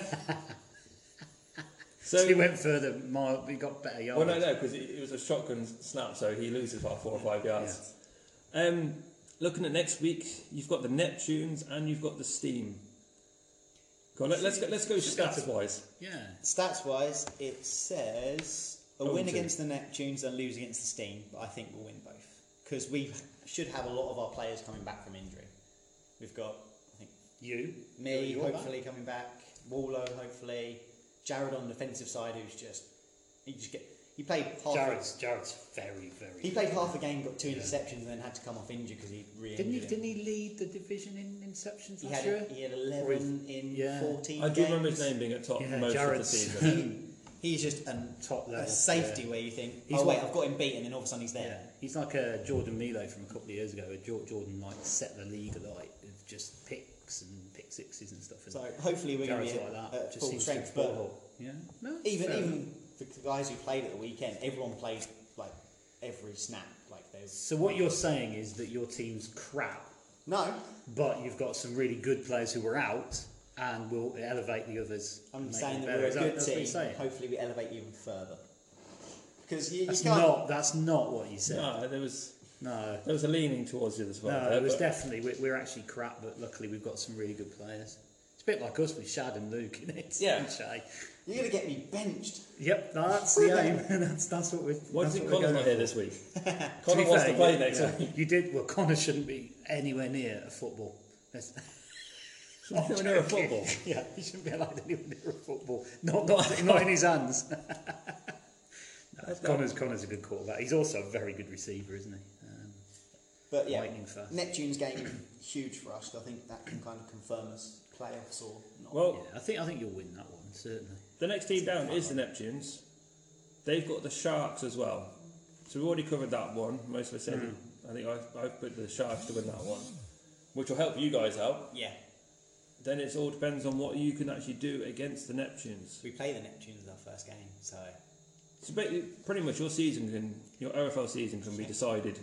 Speaker 3: So he
Speaker 2: so
Speaker 3: went further, mile, he got better
Speaker 2: well,
Speaker 3: yards.
Speaker 2: no, no, because it, it was a shotgun snap, so he loses about four or five yards. Um, looking at next week, you've got the Neptunes and you've got the Steam. Go on, let, us go. Let's go stats wise.
Speaker 3: Yeah.
Speaker 4: stats wise, it says a
Speaker 2: Oh,
Speaker 4: win
Speaker 2: two.
Speaker 4: against the Neptunes and lose against the Steam, but I think we'll win both because we should have a lot of our players coming back from injury. We've got, I think,
Speaker 3: You?
Speaker 4: Me,
Speaker 3: You're back.
Speaker 4: hopefully coming back. Wallo, hopefully. Jared on the defensive side, who's just he just get he played half.
Speaker 3: Jared's, Jared's very, very
Speaker 4: He played half the game, got two
Speaker 3: Yeah.
Speaker 4: interceptions, and then had to come off injured because he re
Speaker 3: Didn't he,
Speaker 4: him.
Speaker 3: didn't he lead the division in interceptions
Speaker 4: He
Speaker 3: last
Speaker 4: had
Speaker 3: year?
Speaker 4: he had eleven in
Speaker 3: yeah.
Speaker 4: fourteen.
Speaker 2: I do remember
Speaker 4: games.
Speaker 2: his name being at top most
Speaker 3: Yeah,
Speaker 2: of the
Speaker 3: Jared's-
Speaker 2: season.
Speaker 4: He's just an,
Speaker 3: Top
Speaker 4: a
Speaker 3: level.
Speaker 4: safety where you think,
Speaker 3: He's
Speaker 4: oh wait,
Speaker 3: one-
Speaker 4: I've got him beat, and then all of a sudden he's
Speaker 3: Yeah.
Speaker 4: there.
Speaker 3: He's like a Jordan Milo from a couple of years ago, where Jor- Jordan like set the league alight with just picks and pick sixes and stuff.
Speaker 4: So hopefully we're going
Speaker 3: Jared's
Speaker 4: to be
Speaker 3: like that.
Speaker 4: at
Speaker 3: just
Speaker 4: full
Speaker 3: seems
Speaker 4: strength.
Speaker 3: to
Speaker 4: But
Speaker 3: fall. yeah. No,
Speaker 4: even
Speaker 3: fair enough.
Speaker 4: even the guys who played at the weekend, everyone played like every snap. Like there's
Speaker 3: So what you're saying is that your team's crap,
Speaker 4: no.
Speaker 3: but you've got some really good players who were out and will elevate the others. and
Speaker 4: I'm
Speaker 3: make
Speaker 4: saying
Speaker 3: them better.
Speaker 4: that we're a
Speaker 3: Is that-
Speaker 4: good
Speaker 3: that's what
Speaker 4: team.
Speaker 3: you're saying?
Speaker 4: Hopefully, we elevate even further. Because you, you
Speaker 3: That's
Speaker 4: can't.
Speaker 3: not. That's not what you said.
Speaker 2: No, there was
Speaker 3: No.
Speaker 2: there was a leaning towards you as well.
Speaker 3: No,
Speaker 2: there,
Speaker 3: it was
Speaker 2: Oh, but-
Speaker 3: Uh, definitely we, we're actually crap, but luckily we've got some really good players. It's a bit like us with Shad and Luke in it.
Speaker 2: Yeah.
Speaker 3: and Shay.
Speaker 4: You're gonna get me benched.
Speaker 3: Yep, that's the aim. that's that's what we're.
Speaker 2: Why do
Speaker 3: that's
Speaker 2: you think
Speaker 3: what we're
Speaker 2: Connor's not
Speaker 3: going
Speaker 2: here this
Speaker 3: for.
Speaker 2: week?
Speaker 3: To be
Speaker 2: Connor wants
Speaker 3: fair,
Speaker 2: to play
Speaker 3: yeah,
Speaker 2: next
Speaker 3: yeah.
Speaker 2: week.
Speaker 3: You did. Well, Connor shouldn't be anywhere near a football. That's- I'm
Speaker 2: Anywhere near a
Speaker 3: joking.
Speaker 2: football?
Speaker 3: Yeah, he shouldn't be allowed anywhere near a football. Not not, not in his hands. no, Connor's Connor's a good quarterback. He's also a very good receiver, isn't he? Um,
Speaker 4: But yeah,
Speaker 3: Lightning fast.
Speaker 4: Neptune's game huge for us. 'cause I think that can kind of confirm us playoffs or not.
Speaker 2: Well,
Speaker 3: yeah, I think I think you'll win that one certainly.
Speaker 2: the next team down is the Neptunes. They've got the Sharks as well. So we've already covered that one. Most of us said,
Speaker 3: Hmm.
Speaker 2: I think I've, I've put the Sharks to win that one, which will help you guys out.
Speaker 4: yeah,
Speaker 2: Then it all depends on what you can actually do against the Neptunes.
Speaker 4: we play the Neptunes in our first game, so
Speaker 2: So ba- pretty much your season can, your OFL season can be decided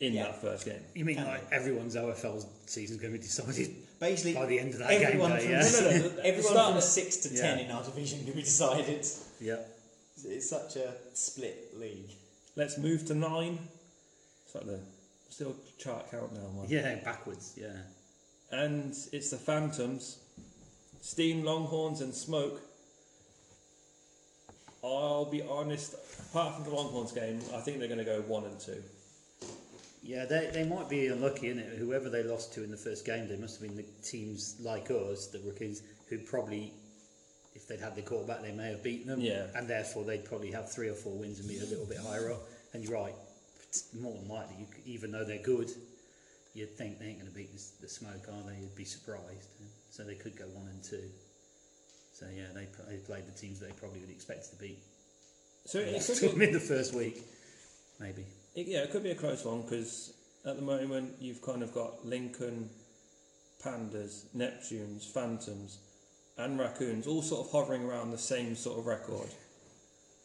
Speaker 2: in
Speaker 4: Yeah.
Speaker 2: that first game.
Speaker 3: You mean
Speaker 4: Can
Speaker 3: like everyone's OFL season's going to be decided?
Speaker 4: basically
Speaker 3: By the end of that game
Speaker 4: everyone
Speaker 3: day,
Speaker 4: from
Speaker 3: yeah.
Speaker 2: No, no, no, the- the
Speaker 4: everyone
Speaker 2: start-
Speaker 4: from six to ten
Speaker 3: Yeah.
Speaker 4: in our division can be decided.
Speaker 3: Yeah.
Speaker 4: It's such a split league.
Speaker 2: Let's move to nine. It's like the still chart count now. Mike.
Speaker 3: Yeah, backwards. Yeah.
Speaker 2: And it's the Phantoms, Steam Longhorns, and Smoke. I'll be honest. Apart from the Longhorns game, I think they're going to go one and two.
Speaker 3: Yeah, they, they might be unlucky in it. Whoever they lost to in the first game, they must have been the teams like us, the rookies, who probably, if they'd had the quarterback, they may have beaten them.
Speaker 2: Yeah.
Speaker 3: And therefore, they'd probably have three or four wins and be a little bit higher up. And you're right, it's more than likely, you, c- even though they're good, you'd think they ain't going to beat the, s- the smoke, are they? You'd be surprised. So they could go one and two. So yeah, they, pl- they played the teams they probably would expect to beat.
Speaker 2: So it, it
Speaker 3: Lost
Speaker 2: could
Speaker 3: them
Speaker 2: be,
Speaker 3: in the first week, maybe.
Speaker 2: it- yeah, it could be a close one because at the moment you've kind of got Lincoln, Pandas, Neptunes, Phantoms, and Raccoons all sort of hovering around the same sort of record.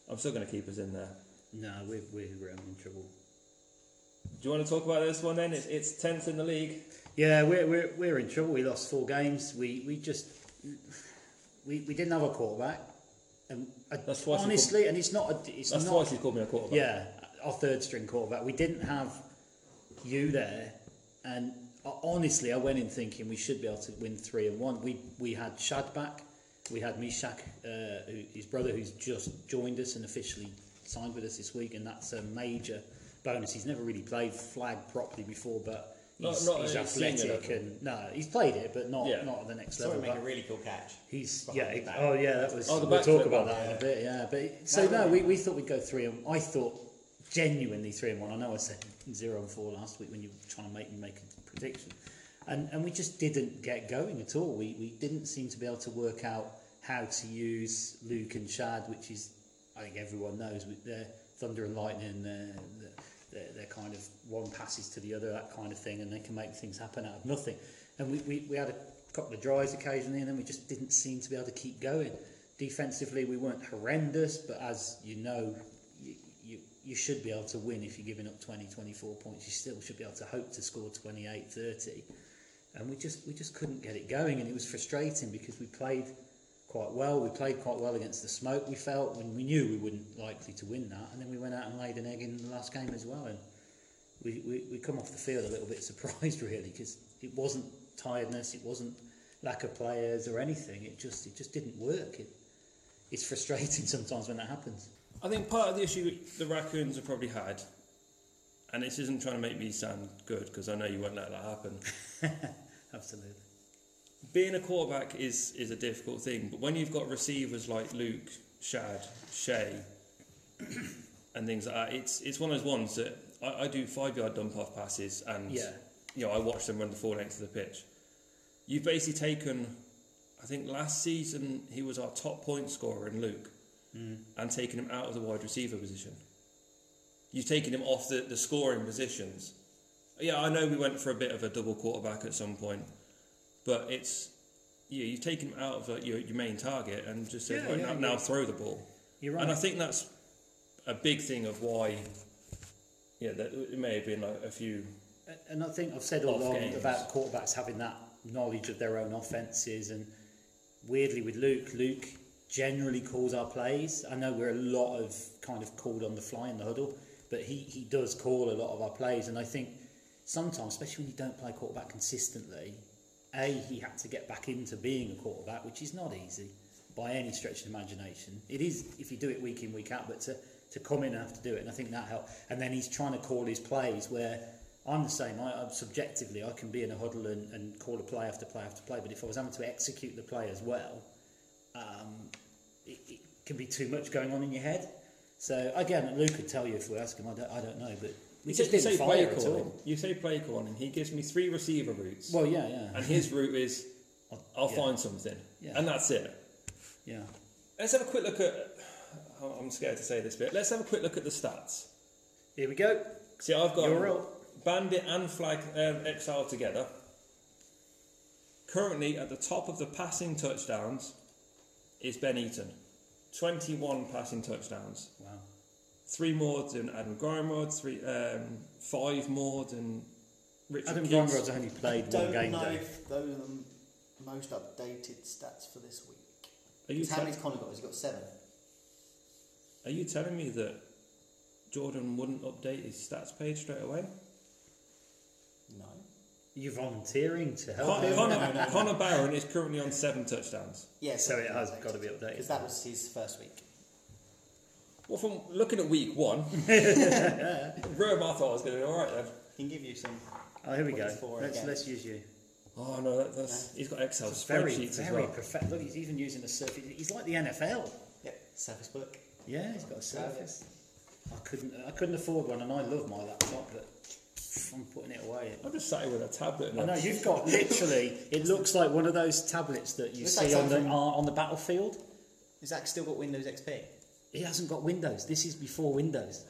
Speaker 2: I'm still going to keep us in there.
Speaker 3: No, we're, we're um, in trouble.
Speaker 2: Do you want to talk about this one then? It's, it's 10th in the league.
Speaker 3: Yeah, we're, we're, we're in trouble. We lost four games. We we just we, we didn't have a quarterback, and I,
Speaker 2: That's twice we
Speaker 3: honestly, and it's not a, it's
Speaker 2: That's
Speaker 3: not
Speaker 2: twice he's called me a quarterback.
Speaker 3: yeah our third string quarterback. We didn't have you there, and ho- honestly, I went in thinking we should be able to win three and one. We we had Shad back, we had Mishak, uh, who, his brother, who's just joined us and officially signed with us this week, and that's a major bonus. He's never really played flag properly before,
Speaker 2: Not-
Speaker 3: but. He's,
Speaker 2: not
Speaker 3: he's
Speaker 2: at a senior
Speaker 3: athletic
Speaker 2: level.
Speaker 3: and no, he's played it, but not
Speaker 2: Yeah.
Speaker 3: not at the next
Speaker 4: Sorry,
Speaker 3: level.
Speaker 4: make a
Speaker 3: but
Speaker 4: really cool catch.
Speaker 3: He's
Speaker 4: Behind
Speaker 3: yeah.
Speaker 4: the
Speaker 3: it-
Speaker 4: back.
Speaker 3: Oh yeah, that was.
Speaker 2: Oh, the
Speaker 3: we'll
Speaker 2: backflip
Speaker 3: talk about
Speaker 2: one,
Speaker 3: that in a bit. Yeah, but
Speaker 4: No,
Speaker 3: so no,
Speaker 4: no.
Speaker 3: we, we thought we'd go three and I thought genuinely three and one. I know I said zero and four last week when you were trying to make me make a prediction, and and we just didn't get going at all. We we didn't seem to be able to work out how to use Luke and Shad, which is I think everyone knows we- they're thunder and lightning, they're, they're, they're kind of one passes to the other, that kind of thing, and they can make things happen out of nothing. And we, we, we had a couple of drives occasionally, and then we just didn't seem to be able to keep going. Defensively, we weren't horrendous, but as you know, you, you, you should be able to win if you're giving up 20, 24 points. You still should be able to hope to score 28, 30. And we just, we just couldn't get it going, and it was frustrating because we played quite well. We played quite well against the smoke. We felt when we knew we wouldn't likely to win that, and then we went out and laid an egg in the last game as well. And we, we, we come off the field a little bit surprised really because it wasn't tiredness, it wasn't lack of players or anything. It just it just didn't work. It, it's frustrating sometimes when that happens.
Speaker 2: I think part of the issue the raccoons have probably had, and this isn't trying to make me sound good because I know you won't let that happen.
Speaker 3: Absolutely.
Speaker 2: being a quarterback is is a difficult thing, but when you've got receivers like Luke, Shad, Shea, and things like that, it's it's one of those ones that I, I do five yard dump off passes, and
Speaker 3: Yeah.
Speaker 2: you know I watch them run the full length of the pitch. You've basically taken, I think last season he was our top point scorer in Luke, and taken him out of the wide receiver position. You've taken him off the, the scoring positions. Yeah, I know we went for a bit of a double quarterback at some point, but it's yeah, you've taken him out of like, your, your main target and just said,
Speaker 3: Yeah,
Speaker 2: right,
Speaker 3: yeah,
Speaker 2: now,
Speaker 3: yeah.
Speaker 2: now throw the ball.
Speaker 3: You're right.
Speaker 2: And I think that's a big thing of why, yeah, that it may have been like a few.
Speaker 3: A- And I think I've said all
Speaker 2: Off
Speaker 3: along
Speaker 2: games.
Speaker 3: about quarterbacks having that knowledge of their own offences. And weirdly, with Luke, Luke generally calls our plays. I know we're a lot of kind of called on the fly in the huddle, but he, he does call a lot of our plays. And I think sometimes, especially when you don't play quarterback consistently, A, he had to get back into being a quarterback, which is not easy by any stretch of the imagination. It is if you do it week in, week out, but to, to come in and have to do it, and I think that helped. And then he's trying to call his plays where I'm the same. I, I subjectively I can be in a huddle and, and call a play after play after play, but if I was having to execute the play as well, um, it, it can be too much going on in your head. So again, Luke could tell you if we ask him. I don't, I don't know, but we just
Speaker 2: you
Speaker 3: didn't
Speaker 2: say
Speaker 3: fire
Speaker 2: play
Speaker 3: at
Speaker 2: calling.
Speaker 3: all.
Speaker 2: You say play calling. He gives me three receiver routes,
Speaker 3: Well, yeah, yeah,
Speaker 2: and his route is, I'll
Speaker 3: yeah.
Speaker 2: find something,
Speaker 3: Yeah.
Speaker 2: and that's it.
Speaker 3: yeah.
Speaker 2: Let's have a quick look at. oh, I'm scared to say this bit. Let's have a quick look at the stats.
Speaker 3: Here we go.
Speaker 2: See, I've got
Speaker 3: You're up.
Speaker 2: Bandit and Flag um, Exile together. Currently at the top of the passing touchdowns is Ben Eaton. 21 passing touchdowns.
Speaker 3: Wow.
Speaker 2: Three more than Adam Grimrod, three, um, five more than Richard
Speaker 3: Adam
Speaker 2: Keats.
Speaker 3: Gromrod's only played one
Speaker 5: Don't
Speaker 3: game
Speaker 5: know
Speaker 3: though.
Speaker 5: if those are the most updated stats for this week.
Speaker 2: Are you,
Speaker 5: Because how
Speaker 2: tell-
Speaker 5: many's Connor got? He's got seven.
Speaker 2: are you telling me that Jordan wouldn't update his stats page straight away?
Speaker 5: No.
Speaker 3: You're volunteering to help
Speaker 2: Con-
Speaker 3: him.
Speaker 2: Connor, Connor Barron is currently on seven touchdowns.
Speaker 5: Yeah,
Speaker 3: So it has gotta be updated.
Speaker 5: Because that was his first week.
Speaker 2: Well, from looking at week one, Rome, I thought I was going to be all right then.
Speaker 5: Can give you some.
Speaker 3: Oh, here we go.
Speaker 5: Points for
Speaker 3: Let's
Speaker 5: again.
Speaker 3: let's use you.
Speaker 2: Oh no, that, that's he's got Excel
Speaker 3: It's very,
Speaker 2: spreadsheets as
Speaker 3: very
Speaker 2: well.
Speaker 3: perfect. Look, he's even using a surface. He's like the NFL.
Speaker 5: Yep. Surface book.
Speaker 3: Yeah, he's got a surface. I couldn't, I couldn't afford one, and I love my laptop, but I'm putting it away.
Speaker 2: I'm just sat here with a tablet. And
Speaker 3: I know you've got literally. It looks like one of those tablets that you
Speaker 5: Looks
Speaker 3: see
Speaker 5: like
Speaker 3: on the
Speaker 5: something-
Speaker 3: are on the battlefield.
Speaker 5: Is Zach still got Windows XP?
Speaker 3: He hasn't got Windows. This is before Windows.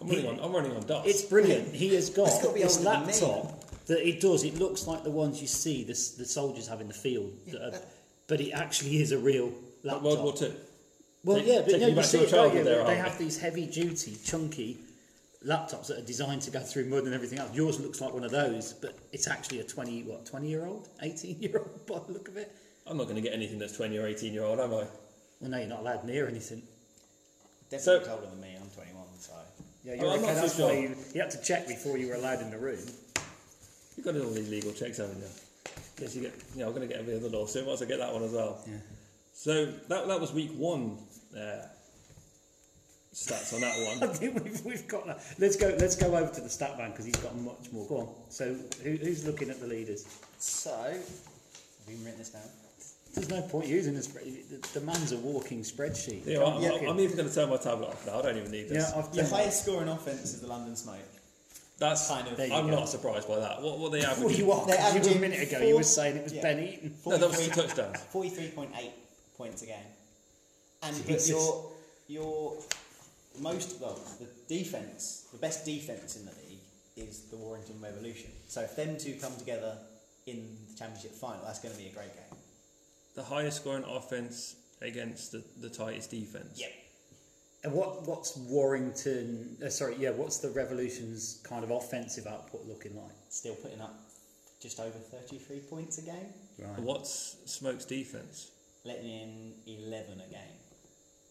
Speaker 2: I'm running on. I'm running on DOS.
Speaker 3: It's brilliant. He has got
Speaker 5: It's gotta be
Speaker 3: this
Speaker 5: older than me.
Speaker 3: laptop that it does. It looks like the ones you see the, s- the soldiers have in the field, that are, but it actually is a real
Speaker 2: Like
Speaker 3: laptop.
Speaker 2: World War Two.
Speaker 3: Well,
Speaker 2: Take-
Speaker 3: yeah, but
Speaker 2: take
Speaker 3: no,
Speaker 2: you
Speaker 3: you
Speaker 2: back
Speaker 3: see
Speaker 2: to your
Speaker 3: it, don't
Speaker 2: childhood
Speaker 3: you?
Speaker 2: there,
Speaker 3: They
Speaker 2: aren't
Speaker 3: have these heavy duty, chunky laptops that are designed to go through mud and everything else. Yours looks like one of those, but it's actually a 20, what, 20 year old, 18 year old by the look of it.
Speaker 2: I'm not going to get anything that's 20 or 18 year old, am I?
Speaker 3: Well, no, you're not allowed near anything.
Speaker 2: So-
Speaker 5: Definitely older than me. I'm 21, so.
Speaker 3: Yeah,
Speaker 2: Oh,
Speaker 3: you're
Speaker 2: I'm
Speaker 3: okay.
Speaker 2: not
Speaker 3: That's
Speaker 2: so
Speaker 3: why
Speaker 2: sure.
Speaker 3: you, you had to check before you were allowed in the room.
Speaker 2: You've got all these legal checks, haven't you? Yes, you get. Yeah, I'm going to get every other lawsuit. Once I get that one as well.
Speaker 3: Yeah.
Speaker 2: So that that was week one. Uh, stats on that
Speaker 3: I
Speaker 2: one.
Speaker 3: think we've, we've got that. Let's go. Let's go over to the stat bank because he's got much more. Go on. So who, who's looking at the leaders?
Speaker 5: So. Have you written this down?
Speaker 3: There's no point using this. The, the man's a walking spreadsheet.
Speaker 2: Yeah, I'm,
Speaker 5: Yeah,
Speaker 2: I'm-
Speaker 5: okay.
Speaker 2: I'm even going to turn my tablet off now. I don't even need this.
Speaker 3: yeah, I've
Speaker 5: Your
Speaker 3: done that.
Speaker 5: highest scoring offence is the London Smoke.
Speaker 2: That's
Speaker 5: Kind of.
Speaker 3: There you
Speaker 2: I'm
Speaker 3: go.
Speaker 2: not surprised by that. What what they
Speaker 3: Well,
Speaker 2: average?
Speaker 3: you are.
Speaker 5: They're
Speaker 3: You were a
Speaker 5: averaging
Speaker 3: minute ago. You
Speaker 5: four-
Speaker 3: were saying it was
Speaker 5: Yeah.
Speaker 3: Ben Eaton.
Speaker 2: No, that was three touchdowns.
Speaker 5: 43.8 points a game. And but
Speaker 3: Jesus.
Speaker 5: your your
Speaker 4: most well the defense, the best defense in the league is the Warrington Revolution. So if them two come together in the championship final, that's going to be a great game.
Speaker 2: The highest scoring offense against the, the tightest defense.
Speaker 4: Yep.
Speaker 3: And what what's Warrington? Uh, sorry, yeah. What's the Revolution's kind of offensive output looking like?
Speaker 4: Still putting up just over 33 points a game,
Speaker 3: Right.
Speaker 2: What's Smoke's defense?
Speaker 4: letting in 11 a game.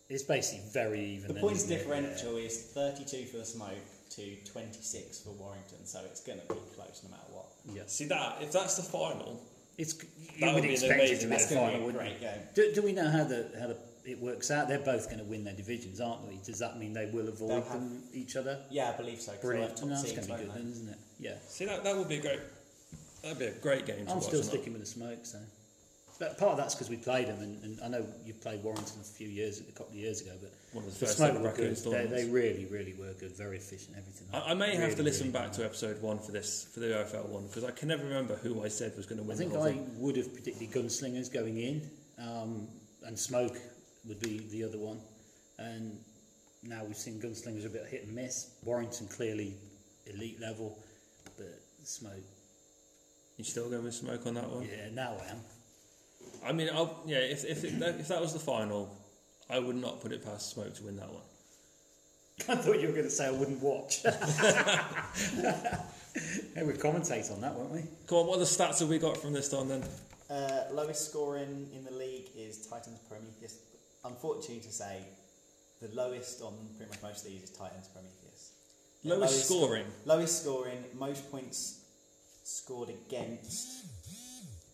Speaker 3: It's basically very even.
Speaker 4: The
Speaker 3: then,
Speaker 4: points
Speaker 3: isn't it?
Speaker 4: differential is 32 for the smoke to 26 for Warrington, so it's going to be close no matter what.
Speaker 3: Yeah. Yes.
Speaker 2: See that if that's the final,
Speaker 3: It's you
Speaker 2: That would
Speaker 3: would
Speaker 2: be an
Speaker 3: expect it to
Speaker 2: amazing
Speaker 3: be a
Speaker 2: game.
Speaker 4: It's gonna
Speaker 3: final,
Speaker 4: be a
Speaker 3: wouldn't
Speaker 4: great
Speaker 3: it?
Speaker 4: game.
Speaker 3: Do, do we know how the how the it works out? They're both going to win their divisions, aren't they? Does that mean they will
Speaker 4: They'll
Speaker 3: avoid
Speaker 4: have-
Speaker 3: them each other?
Speaker 4: Yeah, I believe so. 'cause they'll
Speaker 3: Brilliant.
Speaker 4: have top
Speaker 3: No, that's
Speaker 4: seeds,
Speaker 3: going to be good,
Speaker 4: won't they?
Speaker 3: then, isn't it? Yeah.
Speaker 2: see that that would be a great. That'd be a great game to
Speaker 3: I'm
Speaker 2: watch.
Speaker 3: still
Speaker 2: isn't it?
Speaker 3: sticking with the smoke, so. But part of that's because we played them, and, and I know you played Warrington a few years, a couple of years ago, but
Speaker 2: One of the
Speaker 3: the
Speaker 2: first
Speaker 3: smoke
Speaker 2: ever
Speaker 3: were
Speaker 2: bracket
Speaker 3: good. They,
Speaker 2: installments.
Speaker 3: they really, really were good. Very efficient, everything.
Speaker 2: I, I may
Speaker 3: Really,
Speaker 2: have to listen
Speaker 3: really
Speaker 2: back
Speaker 3: good.
Speaker 2: to episode one for this for the OFL one because I can never remember who I said was going to
Speaker 3: I
Speaker 2: win.
Speaker 3: think
Speaker 2: the whole
Speaker 3: I
Speaker 2: thing.
Speaker 3: would have predicted gunslingers going in, um, and smoke would be the other one. And now we've seen gunslingers a bit hit and miss. Warrington clearly elite level, but smoke.
Speaker 2: you still going with smoke on that one?
Speaker 3: Yeah, now I am.
Speaker 2: I mean, I'll, yeah. If if it, if that was the final, I would not put it past smoke to win that one.
Speaker 3: I thought you were going to say I wouldn't watch. hey, we'd commentate on that, won't we?
Speaker 2: Come on, what are the stats have we got from this time then?
Speaker 4: Uh, lowest scoring in the league is Titans Prometheus. Unfortunately to say, the lowest on pretty much most of these is Titans Prometheus.
Speaker 2: Lowest,
Speaker 4: lowest-
Speaker 2: scoring.
Speaker 4: Lowest scoring, most points scored against,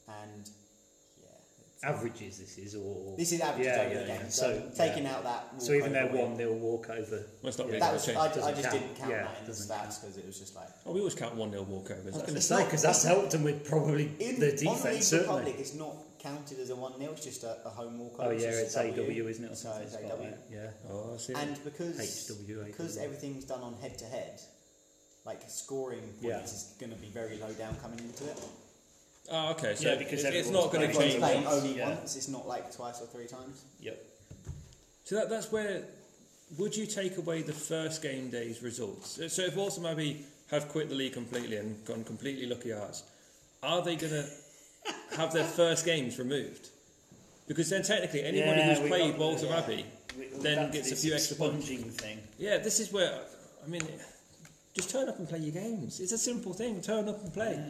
Speaker 4: and yeah. it's-
Speaker 3: Averages, this is all.
Speaker 4: This is averages
Speaker 3: Yeah,
Speaker 4: over
Speaker 3: yeah,
Speaker 4: the
Speaker 3: yeah.
Speaker 4: game, so,
Speaker 3: So,
Speaker 4: taking
Speaker 3: yeah.
Speaker 4: out that.
Speaker 3: So even
Speaker 4: walkover
Speaker 3: their
Speaker 4: win-
Speaker 3: one nil walkover.
Speaker 2: Well, it's not
Speaker 3: Yeah.
Speaker 2: really
Speaker 4: That
Speaker 2: a
Speaker 4: was,
Speaker 2: change.
Speaker 4: I, I
Speaker 3: Doesn't
Speaker 4: just
Speaker 3: count.
Speaker 4: didn't count
Speaker 3: Yeah,
Speaker 4: that in the
Speaker 3: doesn't
Speaker 4: stats because it was just like.
Speaker 2: Oh, we always count one 0 walkovers.
Speaker 3: I was going to
Speaker 2: That's-
Speaker 3: say because that's helped them with probably the
Speaker 4: In, on the League
Speaker 3: defense certainly.
Speaker 4: Republic, it's not counted as a 1 0, it's just a, a home walkover.
Speaker 3: Oh yeah,
Speaker 4: just
Speaker 3: it's
Speaker 4: a
Speaker 3: AW, isn't it? Or
Speaker 4: So
Speaker 3: something
Speaker 4: it's
Speaker 3: like
Speaker 4: AW.
Speaker 3: that. Yeah.
Speaker 2: Oh, I see.
Speaker 4: And because,
Speaker 3: HW,
Speaker 4: because everything's done on head to head, like scoring points
Speaker 3: Yeah.
Speaker 4: is going to be very low down coming into it.
Speaker 2: oh, okay. So
Speaker 3: Yeah, because
Speaker 2: it's, it's
Speaker 3: everyone's
Speaker 2: not going to
Speaker 3: playing-
Speaker 4: Everyone's
Speaker 2: change.
Speaker 4: playing
Speaker 3: once,
Speaker 4: only
Speaker 3: yeah.
Speaker 4: once, it's not like twice or three times.
Speaker 3: Yep.
Speaker 2: So that, that's where. Would you take away the first game day's results? So- So if Walsall Abbey have quit the league completely and gone completely lucky arts, are they going to have their first games removed? Because then technically anybody
Speaker 3: Yeah,
Speaker 2: who's
Speaker 3: we
Speaker 2: played
Speaker 3: got-
Speaker 2: Walsall
Speaker 3: yeah.
Speaker 2: Abbey,
Speaker 3: We- we'll
Speaker 2: Then
Speaker 3: back to
Speaker 2: gets a
Speaker 3: this
Speaker 2: few extra points.
Speaker 3: expunging thing.
Speaker 2: yeah, this is where I mean, just turn up and play your games. It's a simple thing. Turn up and play.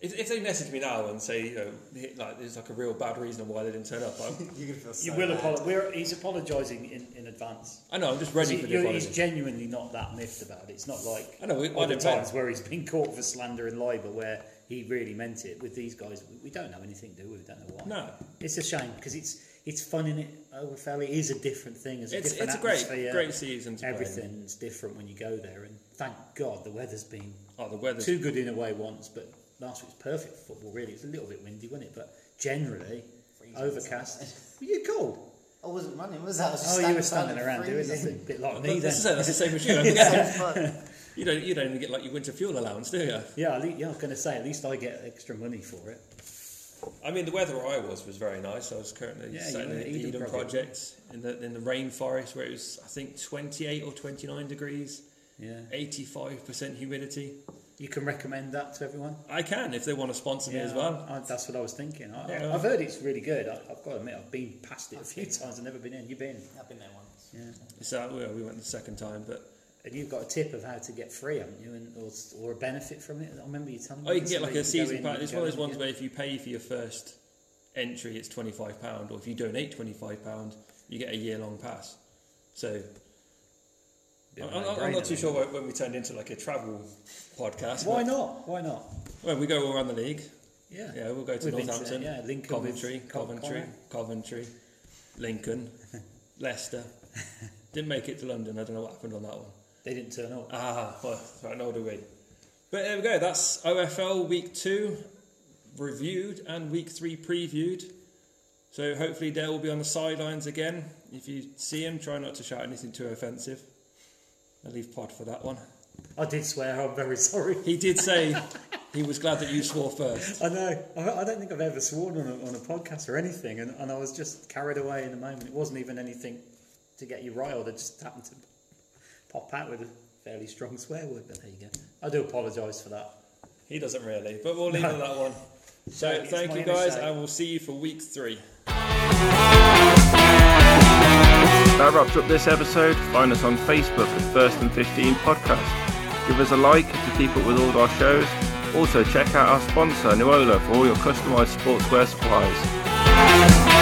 Speaker 2: If, if they message me now and say, you know, hit- like there's like a real bad reason why they didn't turn up, I'm,
Speaker 4: You're going to feel so
Speaker 3: You will
Speaker 4: bad.
Speaker 2: uh,
Speaker 3: apologise. We're, he's apologising in, in advance.
Speaker 2: I know I'm just ready
Speaker 3: He-
Speaker 2: for
Speaker 3: you-
Speaker 2: the apology.
Speaker 3: He's genuinely not that miffed about it. It's not like
Speaker 2: I know, we- I
Speaker 3: other
Speaker 2: don't blame
Speaker 3: times where he's been caught for slander and libel, where he really meant it. With these guys, we, we don't know anything, do we? We don't know why.
Speaker 2: No.
Speaker 3: it's a shame because it's it's fun in it. Oh, fell, it is a different thing. It's a
Speaker 2: It's-
Speaker 3: different
Speaker 2: it's a great-
Speaker 3: atmosphere.
Speaker 2: great season to play in.
Speaker 3: Everything's different when you go there, and thank God the weather's been
Speaker 2: Oh, the weather's
Speaker 3: too good in a way once, but last week was perfect for football. Really, it was a little bit windy, wasn't it? But generally,
Speaker 4: Freezing
Speaker 3: overcast. Were you cold?
Speaker 4: I wasn't running, was I? I was just
Speaker 3: Oh, you were standing
Speaker 4: outside
Speaker 3: around doing
Speaker 4: freezing.
Speaker 3: nothing, bit like
Speaker 2: Well,
Speaker 3: me
Speaker 2: that's, the
Speaker 3: then.
Speaker 2: same, that's the same as you. don't get-
Speaker 4: But-
Speaker 2: you don't. You don't even get like your winter fuel allowance, do you?
Speaker 3: Yeah, at least, yeah, I was going to say at least I get extra money for it.
Speaker 2: I mean, the weather where I was was very nice. I was currently
Speaker 3: Yeah,
Speaker 2: sat
Speaker 3: you
Speaker 2: in
Speaker 3: were
Speaker 2: the
Speaker 3: at Eden
Speaker 2: Eden,
Speaker 3: Project.
Speaker 2: project in the in the rainforest where it was I think 28 or 29 degrees,
Speaker 3: Yeah,
Speaker 2: 85 percent humidity.
Speaker 3: you can recommend that to everyone.
Speaker 2: I can if they want to sponsor me as well.
Speaker 3: I, that's what I was thinking. I,
Speaker 2: Yeah.
Speaker 3: I've heard it's really good. I, I've got to admit, I've been past it a few times. I've never been in. You've been,
Speaker 4: I've been there once.
Speaker 3: yeah.
Speaker 2: So we, we went the second time, but
Speaker 3: And you've got a tip of how to get free, haven't you? And or, s- or a benefit from it. I remember you telling me.
Speaker 2: oh, you can
Speaker 3: this,
Speaker 2: get
Speaker 3: where
Speaker 2: like a
Speaker 3: go
Speaker 2: season
Speaker 3: in,
Speaker 2: pass.
Speaker 3: you
Speaker 2: It's
Speaker 3: go
Speaker 2: one of those
Speaker 3: in,
Speaker 2: ones
Speaker 3: yeah.
Speaker 2: where if you pay for your first entry, it's 25 pound, or if you donate 25 pound, you get a year long pass. So I'm,
Speaker 3: Bit of a
Speaker 2: I'm- I'm not
Speaker 3: no-brainer,
Speaker 2: too
Speaker 3: then.
Speaker 2: sure why- when we turned into like a travel podcast.
Speaker 3: Why
Speaker 2: but-
Speaker 3: not? Why not?
Speaker 2: Well, we go all around the league.
Speaker 3: Yeah.
Speaker 2: Yeah, we'll go to
Speaker 3: We've been
Speaker 2: Northampton,
Speaker 3: yeah, Lincoln,
Speaker 2: Coventry,
Speaker 3: with Col-
Speaker 2: Coventry,
Speaker 3: Connor.
Speaker 2: Coventry, Lincoln, Leicester. Didn't make it to London. I don't know what happened on that one.
Speaker 3: They didn't turn up.
Speaker 2: Ah, well, right, nor do we. But there we go. That's OFL week two reviewed and week three previewed. So hopefully Dale will be on the sidelines again. If you see him, try not to shout anything too offensive. I'll leave Pod for that one.
Speaker 3: I did swear. I'm very sorry.
Speaker 2: He did say he was glad that you swore first.
Speaker 3: I know. I, I don't think I've ever sworn on a, on a podcast or anything, and, and I was just carried away in the moment. It wasn't even anything to get you riled. I just happened to pop out with a fairly strong swear word, but there you go. I do apologise for that.
Speaker 2: He doesn't really, but we'll leave it at that one. So
Speaker 3: It's
Speaker 2: thank
Speaker 3: my
Speaker 2: you
Speaker 3: inner
Speaker 2: guys,
Speaker 3: shape.
Speaker 2: and we'll see you for week three.
Speaker 1: That wraps up this episode. Find us on Facebook at First and 15 Podcast. Give us a like to keep up with all of our shows. Also, check out our sponsor, Nuola, for all your customized sportswear supplies.